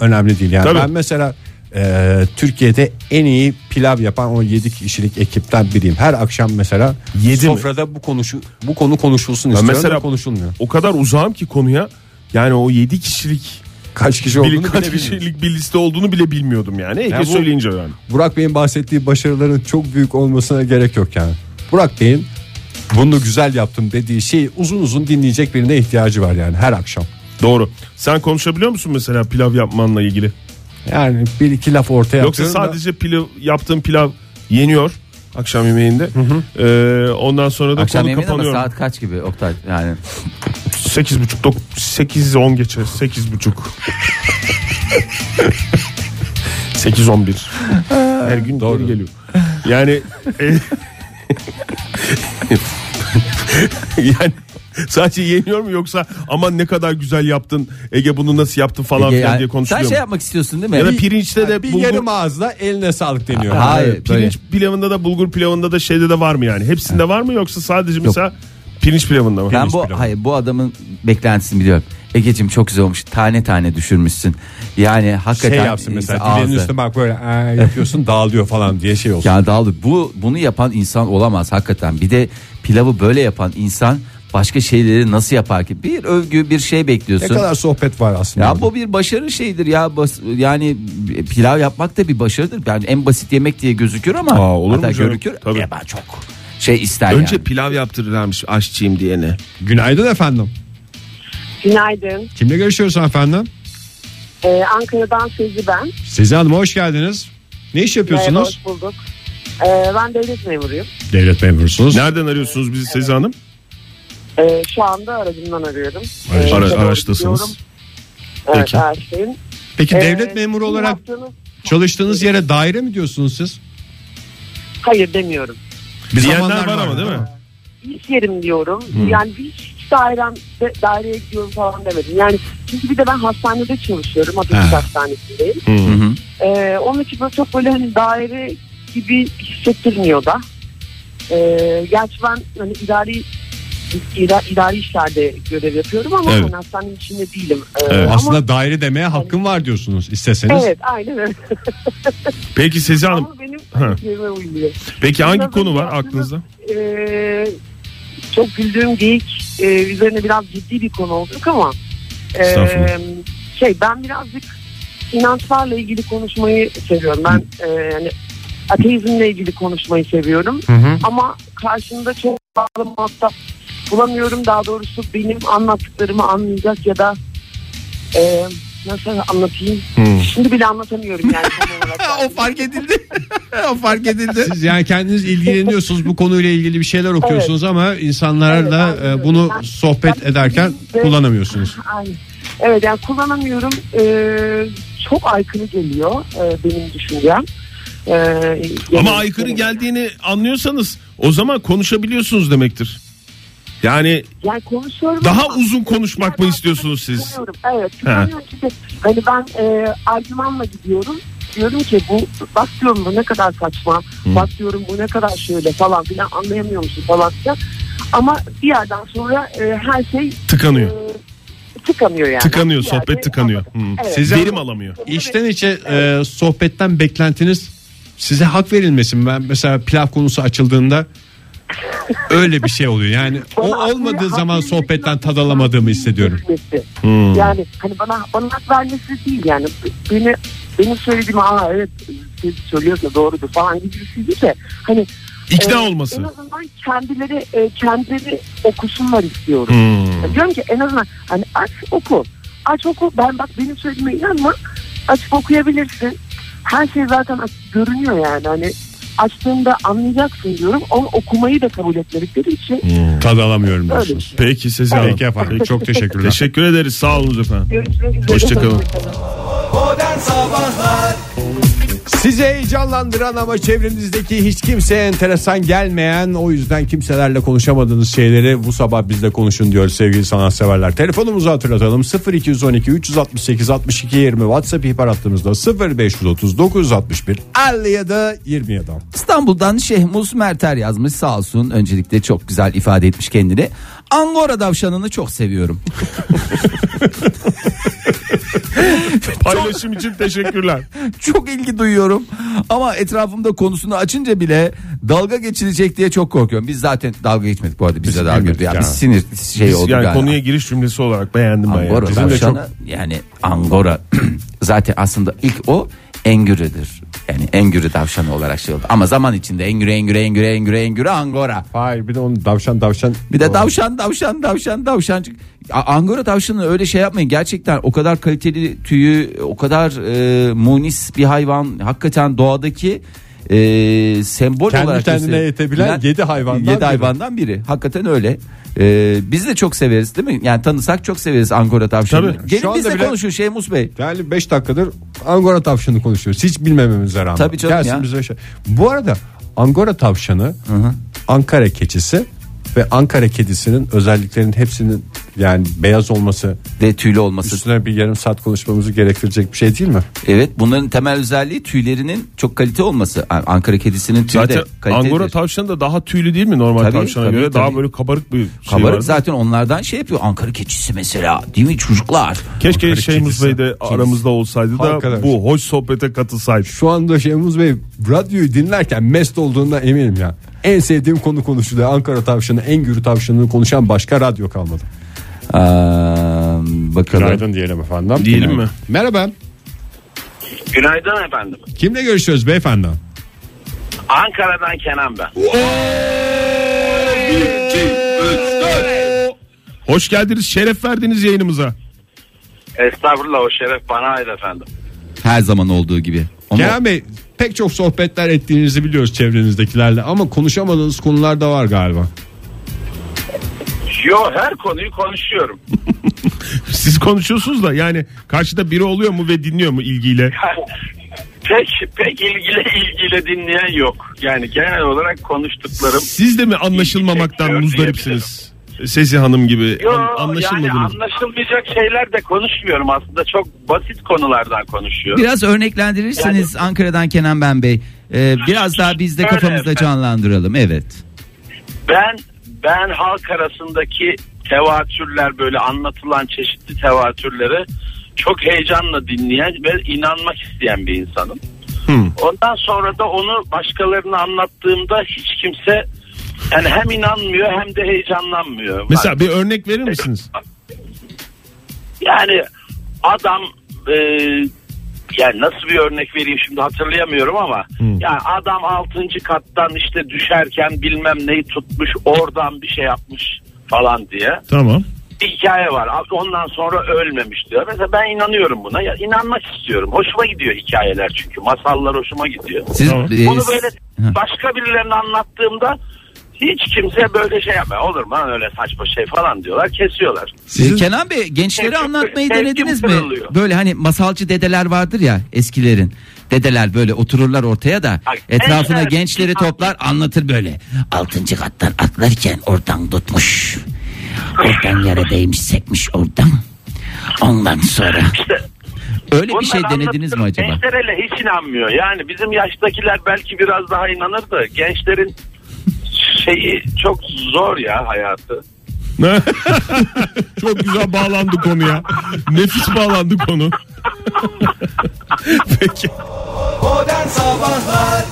S3: önemli değil. Yani
S4: Tabii.
S3: ben mesela e, Türkiye'de en iyi pilav yapan o 7 kişilik ekipten biriyim. Her akşam mesela
S4: Yedi mi?
S3: sofrada bu konuşu bu konu konuşulsun istiyorum.
S4: mesela-
S3: Mesela konuşulmuyor.
S4: O kadar uzağım ki konuya. Yani o 7 kişilik
S3: Kaç kişi
S4: bir,
S3: olduğunu
S4: kaç
S3: bile bilmiyorum.
S4: kişilik bir liste olduğunu bile bilmiyordum yani. Ege
S3: bu-
S4: söyleyince yani.
S3: Burak Bey'in bahsettiği başarıların çok büyük olmasına gerek yok yani. Burak Bey'in bunu güzel yaptım dediği şeyi uzun uzun dinleyecek birine ihtiyacı var yani her akşam.
S4: Doğru. Sen konuşabiliyor musun mesela pilav yapmanla ilgili?
S3: Yani bir iki laf ortaya
S4: Yoksa
S3: atıyorum da-
S4: sadece pilav yaptığın pilav yeniyor akşam yemeğinde. Ee, ondan sonra da
S5: Akşam
S4: konu
S5: yemeğinde ama
S4: kapanıyor.
S5: saat kaç gibi Oktay? Yani
S4: 8.30 8 10 geçe 8.30 8 11 her gün doğru geliyor. Yani e, yani sadece yeniyor mu yoksa aman ne kadar güzel yaptın Ege bunu nasıl yaptın falan
S5: Ege,
S4: filan
S5: yani-
S4: diye
S5: sen
S4: konuşuluyor.
S5: şey
S4: mu?
S5: yapmak istiyorsun değil mi?
S4: ya da
S5: Bir-
S4: pirinçte de
S3: bir
S4: bulgur-
S3: yarım ağızla eline sağlık deniyor.
S5: Ha, hayır,
S4: Evet, pirinç pilavında da bulgur pilavında da şeyde de var mı yani? Hepsinde var mı yoksa sadece mesela pirinç pilavında mı?
S5: Ben
S4: Pirinç
S5: bu
S4: pilavı.
S5: hayır bu adamın beklentisini biliyorum. Egeciğim çok güzel olmuş. Tane tane düşürmüşsün. Yani hakikaten
S3: şey yapsın mesela
S5: ağzı-
S3: dilinin üstüne bak böyle "Aa," yapıyorsun dağılıyor falan diye şey olsun.
S5: Ya dağıldı. Bu bunu yapan insan olamaz hakikaten. Bir de pilavı böyle yapan insan başka şeyleri nasıl yapar ki? Bir övgü, bir şey
S3: ne
S5: bekliyorsun.
S3: kadar sohbet var aslında.
S5: Ya bu bir başarı şeyidir ya Bas- yani pilav yapmak da bir başarıdır. Yani en basit yemek diye gözükür ama
S4: Aa, olur mu
S5: hatta
S4: canım?
S5: görükür.
S4: Tabii.
S5: E, ben çok şey ister
S7: Önce
S5: yani.
S7: pilav yaptırırlarmış aşçıyım diyene.
S3: Günaydın efendim.
S6: Günaydın.
S3: Kimle görüşüyoruz efendim?
S6: Ee, Ankara'dan Sezi ben.
S3: Sezi Hanım hoş geldiniz. Ne iş
S6: Merhaba,
S3: yapıyorsunuz?
S6: hoş bulduk. Ee, ben devlet memuruyum.
S3: Devlet memurusunuz.
S4: Nereden arıyorsunuz bizi Sezi Hanım?
S6: Ee, şu anda aracımdan arıyorum. Ee,
S4: Ara-
S6: Ara,
S4: araçtasınız.
S6: Evet,
S4: Peki.
S6: araçtayım.
S3: Peki
S6: Ee,
S3: devlet memuru
S6: sizin
S3: olarak
S6: yaptığınız-
S3: çalıştığınız yere daire mi diyorsunuz siz?
S6: Hayır demiyorum.
S3: Bir
S4: Diyenler
S3: zamanlar
S4: var ama
S3: vardı,
S4: değil mi?
S6: İş yerim diyorum.
S4: Hmm.
S6: Yani bir hiç dairem, de- daireye gidiyorum falan demedim. Yani çünkü bir de ben hastanede çalışıyorum.
S3: Ha.
S6: Atatürk Hastanesi'ndeyim.
S5: Hı hı.
S6: Ee, onun için böyle çok böyle hani daire gibi hissettirmiyor da. Ee, gerçi ben hani idari ida- idari işlerde görev yapıyorum ama
S4: Evet.
S6: hani hastanenin içinde değilim. Ee, ama-
S3: Aslında daire demeye hakkım var diyorsunuz isteseniz.
S6: evet aynen öyle.
S4: Peki Sezi Hanım,
S6: ama benim
S4: Ha.
S6: yerime uymuyor.
S4: peki hangi
S6: Biraz
S4: konu var
S6: önce
S4: aklınızda?
S6: Ee, çok güldüğüm geyik e, üzerine biraz ciddi bir konu olduk ama e,
S4: Estağfurullah.
S6: şey ben birazcık inançlarla ilgili konuşmayı seviyorum. Ben e, yani ateizmle ilgili konuşmayı seviyorum. Ama karşımda çok bağlı muhatap bulamıyorum. Daha doğrusu benim anlattıklarımı anlayacak ya da e, nasıl anlatayım? Şimdi bile anlatamıyorum yani tam olarak.
S3: fark edildi. o fark edildi. Siz yani kendiniz ilgileniyorsunuz bu konuyla ilgili bir şeyler okuyorsunuz ama insanlarla
S6: Evet,
S3: e,
S6: aynen
S3: bunu
S6: öyle.
S3: sohbet
S6: Ben-
S3: ederken
S6: Ben-
S3: kullanamıyorsunuz.
S6: Aynen. Evet yani kullanamıyorum. Ee, çok aykırı geliyor e, benim düşüncem. Ee, yani- şey-
S4: Ama aykırı geldiğini anlıyorsanız o zaman konuşabiliyorsunuz demektir. Yani
S6: Yani konuşuyorum
S4: daha
S6: ama-
S4: uzun konuşmak mı istiyorsunuz siz?
S6: Kullanıyorum, Evet. kullanıyorum çünkü hani ben e, argümanla gidiyorum. Diyorum ki bu bak diyorum bu ne kadar saçma. Bak diyorum bu ne kadar şöyle falan filan anlayamıyor musun falan filan. Ama bir yerden sonra e, her şey e,
S4: Tıkanıyor.
S6: tıkanıyor yani.
S4: Tıkanıyor,
S6: Bir yerde-
S4: sohbet tıkanıyor. Hmm.
S6: Evet.
S4: Sezi Verim alamıyor.
S3: İşten içe e, sohbetten beklentiniz size hak verilmesi mi? Ben mesela pilav konusu açıldığında öyle bir şey oluyor. Yani o
S6: Bana
S3: olmadığı
S6: haklı-
S3: zaman
S6: haklı-
S3: sohbetten tad alamadığımı hissediyorum.
S6: Vermesi. Yani hani bana bana hak vermesi değil yani beni benim söylediğimi aa evet siz söylüyorsa doğrudur falan gibi bir şey değil de hani
S4: İkna
S6: e,
S4: olması.
S6: En azından kendileri e, kendileri okusunlar istiyorum.
S4: Hmm.
S6: Diyorum ki en azından hani aç oku. Aç oku. Ben bak benim söylediğime inanma. Açıp okuyabilirsin. Her şey zaten aç- görünüyor yani. Hani açtığında anlayacaksın diyorum. Onu okumayı da kabul etmedikleri için
S4: Hmm.
S3: Tad alamıyorum
S6: öyle bir
S3: diyorsunuz.
S6: şey.
S4: Peki Sezi Hanım.
S3: Peki efendim. Çok teşekkürler.
S4: Teşekkür ederiz. Sağ olun efendim.
S6: Görüşmek üzere.
S4: Hoşçakalın.
S8: Modern Sabahlar
S3: Sizi heyecanlandıran ama çevrenizdeki hiç kimseye enteresan gelmeyen o yüzden kimselerle konuşamadığınız şeyleri bu sabah bizle konuşun diyor sevgili sanatseverler. Telefonumuzu hatırlatalım 0212 368 62 20 WhatsApp ihbar hattımızda 0539 61 57 27.
S5: İstanbul'dan Şehmus Merter yazmış sağ olsun. Öncelikle çok güzel ifade etmiş kendini. Angora davşanını çok seviyorum.
S4: E, Paylaşım için teşekkürler.
S5: çok ilgi duyuyorum. Ama etrafımda konusunu açınca bile dalga geçilecek diye çok korkuyorum. Biz zaten dalga geçmedik bu arada. Biz, de dalga
S4: girmedik
S5: geçtik.
S4: ya.
S5: Biz sinir şey
S4: Biz
S5: oldu
S4: yani
S5: galiba.
S4: konuya giriş cümlesi olarak beğendim ben.
S5: Angora
S4: Yani. Bizim de çok
S5: tavşanı yani Angora zaten aslında ilk o engürüdür. Yani engürü tavşanı olarak şey oldu. Ama zaman içinde engürü engürü engürü engürü engürü Angora.
S3: Hayır bir de onun davşan davşan.
S5: Bir de tavşan tavşan tavşan tavşan. A- Angora tavşanı öyle şey yapmayın. Gerçekten o kadar kaliteli tüyü, o kadar e, munis bir hayvan. Hakikaten doğadaki e, sembol
S3: Kendi
S5: olarak
S3: kendine
S5: gösteriyor.
S3: yetebilen
S5: Bilen-
S3: yedi hayvandan
S5: yedi
S3: biri.
S5: hayvandan biri. Hakikaten öyle. E, biz de çok severiz değil mi? Yani tanısak çok severiz Angora tavşanı.
S4: Tabii.
S3: Şu
S5: Gelin
S3: anda
S5: bizle
S3: bile-
S5: konuşun Şeymus Bey.
S3: Yani 5 dakikadır Angora tavşanı konuşuyoruz. Hiç bilmememize rağmen.
S5: Tabii canım
S3: Gelsin
S5: ya.
S3: bize şey. Bu arada Angora tavşanı, Ankara keçisi ve Ankara kedisinin özelliklerinin hepsinin yani beyaz olması
S5: De tüylü olması.
S3: üstüne bir yarım saat konuşmamızı gerektirecek bir şey değil mi?
S5: Evet bunların temel özelliği tüylerinin çok kalite olması. An- Ankara kedisinin tüyü
S4: Zaten
S5: de kalitelidir.
S4: Angora tavşanı da daha tüylü değil mi normal
S5: Tabii,
S4: tavşana
S5: tabii,
S4: göre? Daha
S5: tabii.
S4: böyle kabarık bir şey
S5: Kabarık
S4: var.
S5: zaten onlardan şey yapıyor. Ankara keçisi mesela değil mi çocuklar?
S4: Keşke
S3: Ankara
S4: Şeymus
S3: kedisi.
S4: Bey de aramızda olsaydı da
S3: Hakikaten.
S4: bu hoş sohbete katılsaydı.
S3: Şu anda Şemuz Bey radyoyu dinlerken mest olduğunda eminim ya. En sevdiğim konu konuşuluyor. Ankara tavşanı, en gürü tavşanını konuşan başka radyo kalmadı.
S5: Ee, bakalım.
S3: Günaydın diyelim efendim.
S4: Diyelim
S3: Günaydın.
S4: mi?
S3: Merhaba.
S9: Günaydın efendim.
S3: Kimle görüşüyoruz beyefendi?
S9: Ankara'dan Kenan ben.
S4: Hoş geldiniz, şeref verdiniz yayınımıza.
S9: Estağfurullah o şeref bana ait efendim.
S5: Her zaman olduğu gibi. Ama
S3: Kenan Bey pek çok sohbetler ettiğinizi biliyoruz çevrenizdekilerle ama konuşamadığınız konular da var galiba.
S9: Yo her konuyu konuşuyorum.
S4: Siz konuşuyorsunuz da yani karşıda biri oluyor mu ve dinliyor mu ilgiyle?
S9: pek pek ilgili ilgiyle dinleyen yok. Yani genel olarak konuştuklarım.
S4: Siz de mi anlaşılmamaktan
S9: Çekiyor
S4: muzdaripsiniz? Sesi Hanım gibi
S9: Yo
S4: an-
S9: yani
S4: anlaşılmadınız.
S9: anlaşılmayacak şeyler de konuşmuyorum aslında. Çok basit konulardan konuşuyorum.
S5: biraz örneklendirirseniz Ankara'dan Kenan Ben Bey. Ee, biraz daha biz de
S9: Öyle
S5: kafamızda
S9: efendim.
S5: canlandıralım. Evet.
S9: Ben ben halk arasındaki tevatürler böyle anlatılan çeşitli tevatürleri çok heyecanla dinleyen ve inanmak isteyen bir insanım. Ondan sonra da onu başkalarına anlattığımda hiç kimse yani hem inanmıyor hem de heyecanlanmıyor.
S4: Mesela bir örnek verir misiniz?
S9: Yani adam e, yani nasıl bir örnek vereyim şimdi hatırlayamıyorum ama yani adam 6. kattan işte düşerken bilmem neyi tutmuş oradan bir şey yapmış falan diye
S4: Tamam.
S9: bir hikaye var. Abi Ondan sonra ölmemiş diyor. Mesela ben inanıyorum buna. Ya inanmak istiyorum. Hoşuma gidiyor hikayeler çünkü. Masallar hoşuma gidiyor.
S5: Siz
S4: Tamam.
S5: e,
S9: Bunu
S5: siz-
S9: böyle
S5: Hı.
S9: başka birilerine anlattığımda hiç kimse böyle şey yapmıyor. Olur mu lan öyle saçma şey falan diyorlar. Kesiyorlar.
S5: Ee, Kenan Bey gençleri
S9: Sevgim-
S5: anlatmayı
S9: sevgim
S5: denediniz mi?
S9: kırılıyor.
S5: Böyle hani masalcı dedeler vardır ya eskilerin. Dedeler böyle otururlar ortaya da
S9: Bak,
S5: etrafına
S9: gençler-
S5: gençleri toplar anlatır böyle. Altıncı kattan atlarken oradan tutmuş. Oradan yere değmiş sekmiş oradan. Ondan sonra. Öyle bir şey
S9: Bunları
S5: denediniz mi
S9: anlatıyorum.
S5: acaba?
S9: Gençler hele hiç inanmıyor. Yani bizim yaştakiler belki biraz daha inanır da gençlerin şeyi çok zor ya hayatı.
S4: Çok güzel bağlandı konuya. Nefis bağlandı konu. Peki.
S2: Modern Sabahlar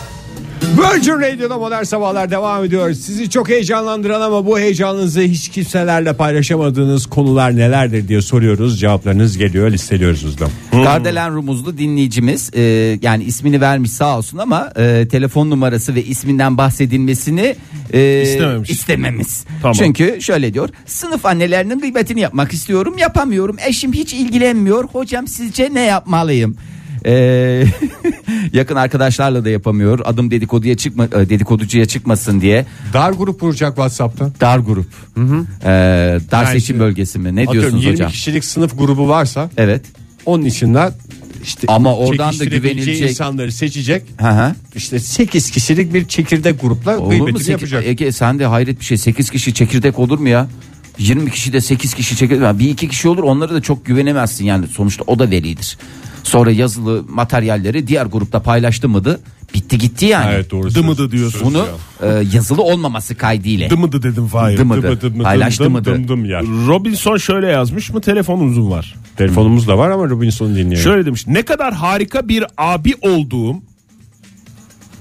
S3: Virgin Radio'da modern sabahlar devam ediyor. Sizi çok heyecanlandıran ama bu heyecanınızı hiç kimselerle paylaşamadığınız konular nelerdir diye soruyoruz. Cevaplarınız geliyor listeliyoruz hızla.
S5: Kardelen Rumuzlu dinleyicimiz e, yani ismini vermiş sağ olsun ama e, telefon numarası ve isminden bahsedilmesini e,
S4: İstememiş.
S5: istememiz.
S4: Tamam.
S5: Çünkü şöyle diyor sınıf annelerinin gıybetini yapmak istiyorum yapamıyorum eşim hiç ilgilenmiyor hocam sizce ne yapmalıyım? E, yakın arkadaşlarla da yapamıyor adım dedikoduya çıkma e, dedikoducuya çıkmasın diye
S3: Dar grup vuracak Whatsapp'tan.
S5: dar grup E, dar
S3: Yani
S5: seçim
S3: şimdi
S5: bölgesi mi ne
S3: Atıyorum
S5: diyorsunuz
S3: 20
S5: hocam?
S3: kişilik sınıf grubu varsa
S5: Evet
S3: onun içinden İşte
S5: Ama oradan da
S3: çekiştirebileceği
S5: güvenilecek-
S3: insanları seçecek.
S5: Hı hı.
S3: İşte 8 kişilik bir çekirdek grupla
S5: Olur mu?
S3: gıybetini
S5: Sekiz-
S3: yapacak.
S5: Ege sen de hayret bir şey. 8 kişi çekirdek olur mu ya? 20 kişi de 8 kişi çekirdek. Yani Bir iki kişi olur onlara da çok güvenemezsin yani. Sonuçta o da veridir. Sonra yazılı materyalleri diğer grupta paylaştı mıydı? Bitti gitti yani.
S3: Evet doğru.
S4: Dımıdı diyorsun.
S5: Bunu e, yazılı olmaması kaydıyla.
S4: Dımıdı dedim Fahir.
S5: Dımıdı.
S4: Dıbı dıbı dım
S5: Paylaştı
S4: dım
S5: mıdı?
S4: dım dım ya. Robinson şöyle yazmış mı telefonumuzun var.
S3: Telefonumuz da var ama Robinson'u dinliyorum.
S4: Şöyle demiş ne kadar harika bir abi olduğum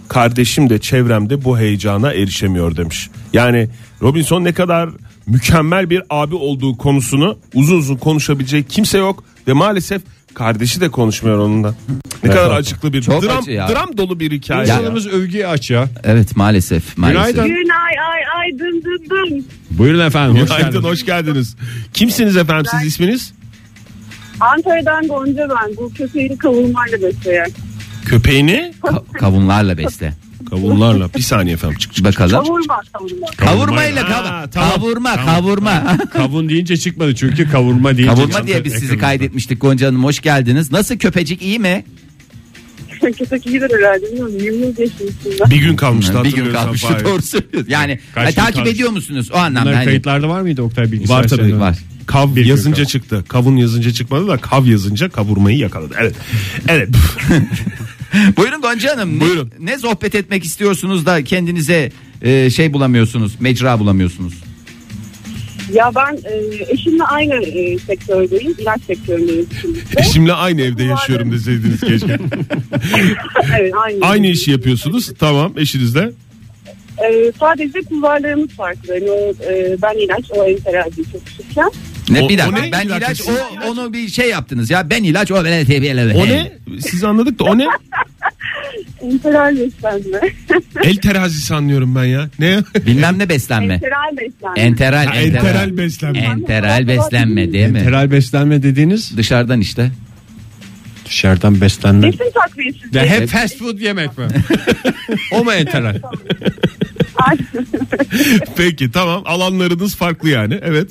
S4: kardeşim de çevremde bu heyecana erişemiyor demiş. Yani Robinson ne kadar mükemmel bir abi olduğu konusunu uzun uzun konuşabilecek kimse yok ve maalesef kardeşi de konuşmuyor onunla. Ne kadar acıklı bir
S5: Çok
S4: dram,
S5: acı ya.
S4: dram dolu bir hikaye. ya.
S3: İnsanımız övgüye aç ya.
S5: Evet maalesef. maalesef.
S3: Günaydın.
S6: Gün ay ay ay dım dım dım.
S3: Buyurun efendim. Hoş
S4: Günaydın,
S3: geldiniz.
S4: hoş geldiniz. Kimsiniz efendim siz isminiz?
S6: Antalya'dan Gonca ben. Bu köpeği kavurmayla besleyen.
S4: Köpeğini
S5: Ka- kavunlarla besle.
S4: kavunlarla. Bir saniye efendim çık çık.
S5: Bakalım.
S6: Kavurma kavurma.
S5: Kavurmayla
S4: Ha,
S5: kav-
S4: tamam.
S5: kavurma kavurma.
S3: Kavun deyince çıkmadı çünkü kavurma deyince
S5: kavurma
S3: çıktı
S5: diye biz sizi
S3: ekranımızda.
S5: kaydetmiştik Gonca Hanım hoş geldiniz. Nasıl köpecik iyi mi?
S6: Köpek iyidir herhalde. Bilmiyorum. 20 yaşın içinde.
S4: Bir gün kalmıştı
S5: bir gün
S4: hatırlıyorsan
S5: kalmıştı
S4: Fahir.
S5: doğru söylüyorsun. Yani
S3: Kaç
S5: ha,
S3: gün
S5: takip
S3: kalmış?
S5: ediyor musunuz o anlamda?
S3: Bunlar
S5: hani-
S3: kayıtlarda var mıydı Oktay bilgisayar
S4: Var tabii,
S3: sitelerinde?
S5: var.
S4: Kav
S3: gün
S4: yazınca
S3: kav.
S4: çıktı. Kavun yazınca çıkmadı da kav yazınca kavurmayı yakaladı. Evet. Evet.
S5: Buyurun Gonca Hanım. ne-
S4: Buyurun.
S5: Ne, sohbet etmek istiyorsunuz da kendinize e, şey bulamıyorsunuz, mecra bulamıyorsunuz.
S6: Ya ben e, eşimle aynı e, sektördeyim. İlaç sektöründeyiz. şimdi.
S4: Eşimle aynı evde yaşıyorum deseydiniz keşke.
S6: evet aynı.
S4: aynı işi yapıyorsunuz. Tamam eşinizle.
S6: E, sadece kulvarlarımız farklı. Yani o, e, ben ilaç, o enterazi çalışırken.
S5: Ne
S4: O-
S5: bir
S4: o
S5: dakika.
S4: ne?
S5: ben
S4: Bir dakika,
S5: ilaç
S4: siz
S5: o
S4: ilaç-
S5: onu bir şey yaptınız ya. Ben ilaç o ben
S4: O ne? Siz anladık da o ne?
S6: Enteral beslenme.
S4: El terazisi anlıyorum ben ya. Ne?
S5: Bilmem ne beslenme.
S6: Enteral beslenme.
S5: Enteral enteral.
S4: Enteral beslenme.
S5: Enteral beslenme değil mi?
S3: Enteral beslenme dediğiniz
S5: Dışarıdan işte.
S3: dışarıdan beslenme.
S6: Besin takviyesi.
S3: Ya hep fast food yemek mi? o mu enteral?
S4: Peki tamam alanlarınız farklı yani. Evet.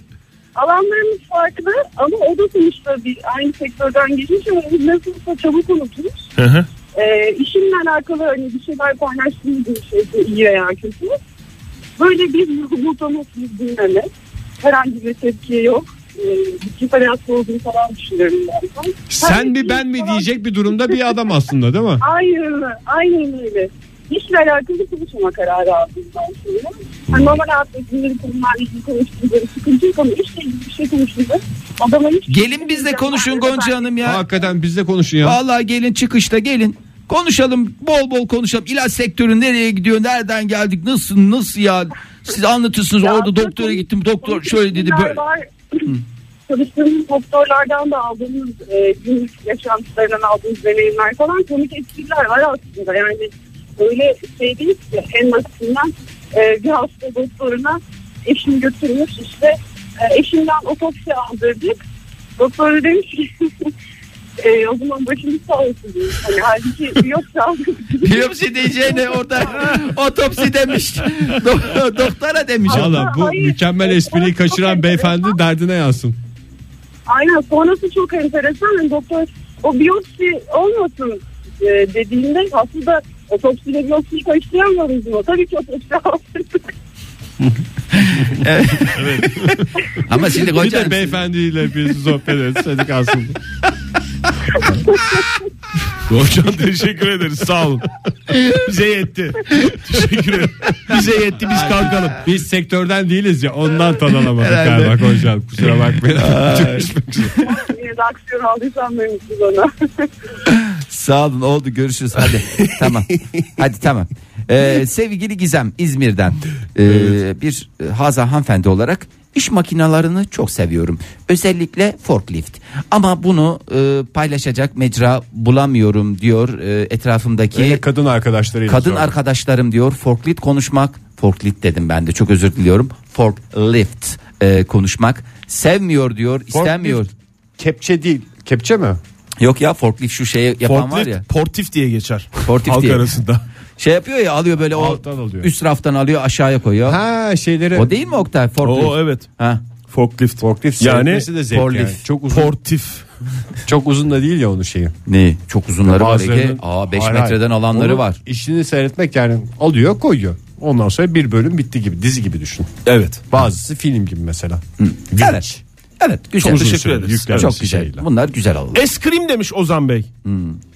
S6: Alanlarımız farklı ama o da sonuçta bir aynı sektörden geçmiş ama biz nasılsa çabuk unutulmuş.
S4: Hı hı.
S6: Ee, işimle alakalı hani bir şeyler paylaştığımız bir şeyse iyi veya kötü. Böyle bir yumurtamasız dinleme. Herhangi bir tepki yok. Ee, Diferanslı olduğunu falan düşünüyorum ben.
S3: Sen mi ben mi diyecek bir durumda bir adam aslında değil mi?
S6: Aynen, aynen öyle. İşle alakalı konuşma kararı aldım ben şimdi. Hani normal hayatta günleri kurumlarla ilgili konuştuğumda bir sıkıntı yok ama işle ilgili bir şey konuştuğumda adama hiç...
S5: Gelin bizle konuşun Gonca Hanım ya.
S3: Hakikaten bizde konuşun ya.
S5: Vallahi gelin çıkışta gelin. Konuşalım bol bol konuşalım. İlaç sektörü nereye gidiyor? Nereden geldik? Nasıl nasıl ya? Siz anlatırsınız
S6: Ya
S5: orada
S6: aslında
S5: doktora
S6: konuş-
S5: gittim. Doktor şöyle dedi
S6: konuşmalar
S5: böyle.
S6: var. Çalıştığımız doktorlardan da aldığımız e, günlük yaşantılarından aldığımız deneyimler falan komik etkiler var aslında. Yani öyle şey değil ki en basitinden e, bir hasta doktoruna eşim götürmüş işte e, eşimden otopsi aldırdık. Doktor da demiş ki e, o zaman başımız sağ olsun demiş. Hani halbuki yoksa
S5: Biyopsi diyeceğine orada otopsi demiş. Do- doktora demiş.
S3: Valla bu
S6: Hayır.
S3: mükemmel espriyi kaçıran beyefendi derdine yansın.
S6: Aynen sonrası çok enteresan. Yani doktor o biyopsi olmasın e, dediğinde aslında otopsiyle biyopsiyi karıştıramıyoruz mu? Tabii ki otopsi aldırdık.
S5: Ama şimdi
S3: Bir
S5: Gonca
S3: de
S5: Hanım,
S3: beyefendiyle bir sohbet etseydik aslında.
S4: Hocam teşekkür ederiz. Sağ olun. Bize yetti. Teşekkür ederim. Bize yetti biz kalkalım.
S3: Biz sektörden değiliz ya ondan tad alamadık
S5: Herhalde.
S3: galiba hocam. Kusura bakmayın. Görüşmek üzere.
S6: Redaksiyon aldıysam memnunuz ona.
S5: Sağ olun oldu görüşürüz hadi. tamam. Hadi tamam. Ee, sevgili Gizem İzmir'den ee, bir e, Haza hanımefendi olarak iş makinalarını çok seviyorum. Özellikle forklift. Ama bunu e, paylaşacak mecra bulamıyorum diyor e, etrafımdaki
S3: Öyle kadın arkadaşlarıyla.
S5: Kadın
S3: sordum.
S5: arkadaşlarım diyor forklift konuşmak. Forklift dedim ben de çok özür diliyorum. Forklift e, konuşmak. Sevmiyor diyor istemiyor.
S3: Kepçe değil. Kepçe mi?
S5: Yok ya forklift şu şeyi yapan var ya.
S4: Portif, portif diye geçer.
S5: Portif
S4: Halk
S5: diye.
S4: arasında.
S5: Şey yapıyor ya alıyor böyle o
S3: Alttan alıyor.
S5: üst raftan alıyor aşağıya koyuyor.
S3: Ha şeyleri.
S5: O değil mi Oktay forklift?
S4: Oo evet.
S5: Ha.
S4: Forklift.
S3: Forklift
S4: yani
S3: seyretmesi de zevk
S4: portif.
S3: yani. Çok uzun.
S4: Portif.
S3: Çok uzun da değil ya onun şeyi.
S5: Ne? Çok uzunları var Ege.
S4: Bazılarının-
S5: Aa 5
S4: Hayır, hayır.
S5: metreden alanları
S3: Onun
S5: var.
S3: İşini seyretmek yani alıyor koyuyor. Ondan sonra bir bölüm bitti gibi dizi gibi düşün.
S4: Evet.
S3: Bazısı film gibi mesela.
S5: Evet. Evet güzel.
S4: Çok teşekkür ederiz.
S3: Yüklenmesi
S5: Çok güzel.
S3: şeyle.
S5: Bunlar güzel alalım.
S4: Eskrim demiş Ozan Bey.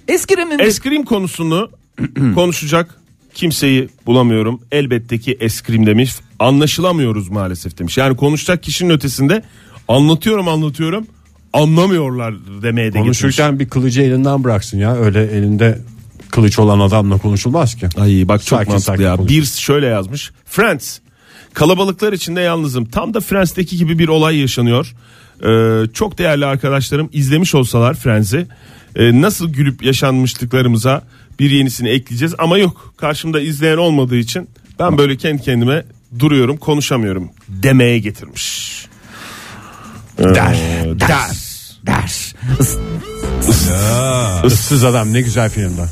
S5: Eskirimin
S4: Eskrim konusunu konuşacak kimseyi bulamıyorum. Elbette ki eskrim demiş. Anlaşılamıyoruz maalesef demiş. Yani konuşacak kişinin ötesinde anlatıyorum anlatıyorum anlamıyorlar demeye de getirmiş.
S3: Konuşurken bir kılıcı elinden bıraksın ya. Öyle elinde kılıç olan adamla konuşulmaz ki.
S4: Ay bak çok
S3: Sakin,
S4: mantıklı
S3: sakin
S4: ya.
S3: konuş.
S4: Bir şöyle yazmış. Friends. Kalabalıklar içinde yalnızım. Tam da Friends'teki gibi bir olay yaşanıyor. Ee, çok değerli arkadaşlarım izlemiş olsalar Friends'i e, nasıl gülüp yaşanmışlıklarımıza bir yenisini ekleyeceğiz ama yok. Karşımda izleyen olmadığı için ben böyle kendi kendime duruyorum, konuşamıyorum demeye getirmiş. Ee,
S3: Der.
S5: der.
S3: Issız adam ne güzel filmdi.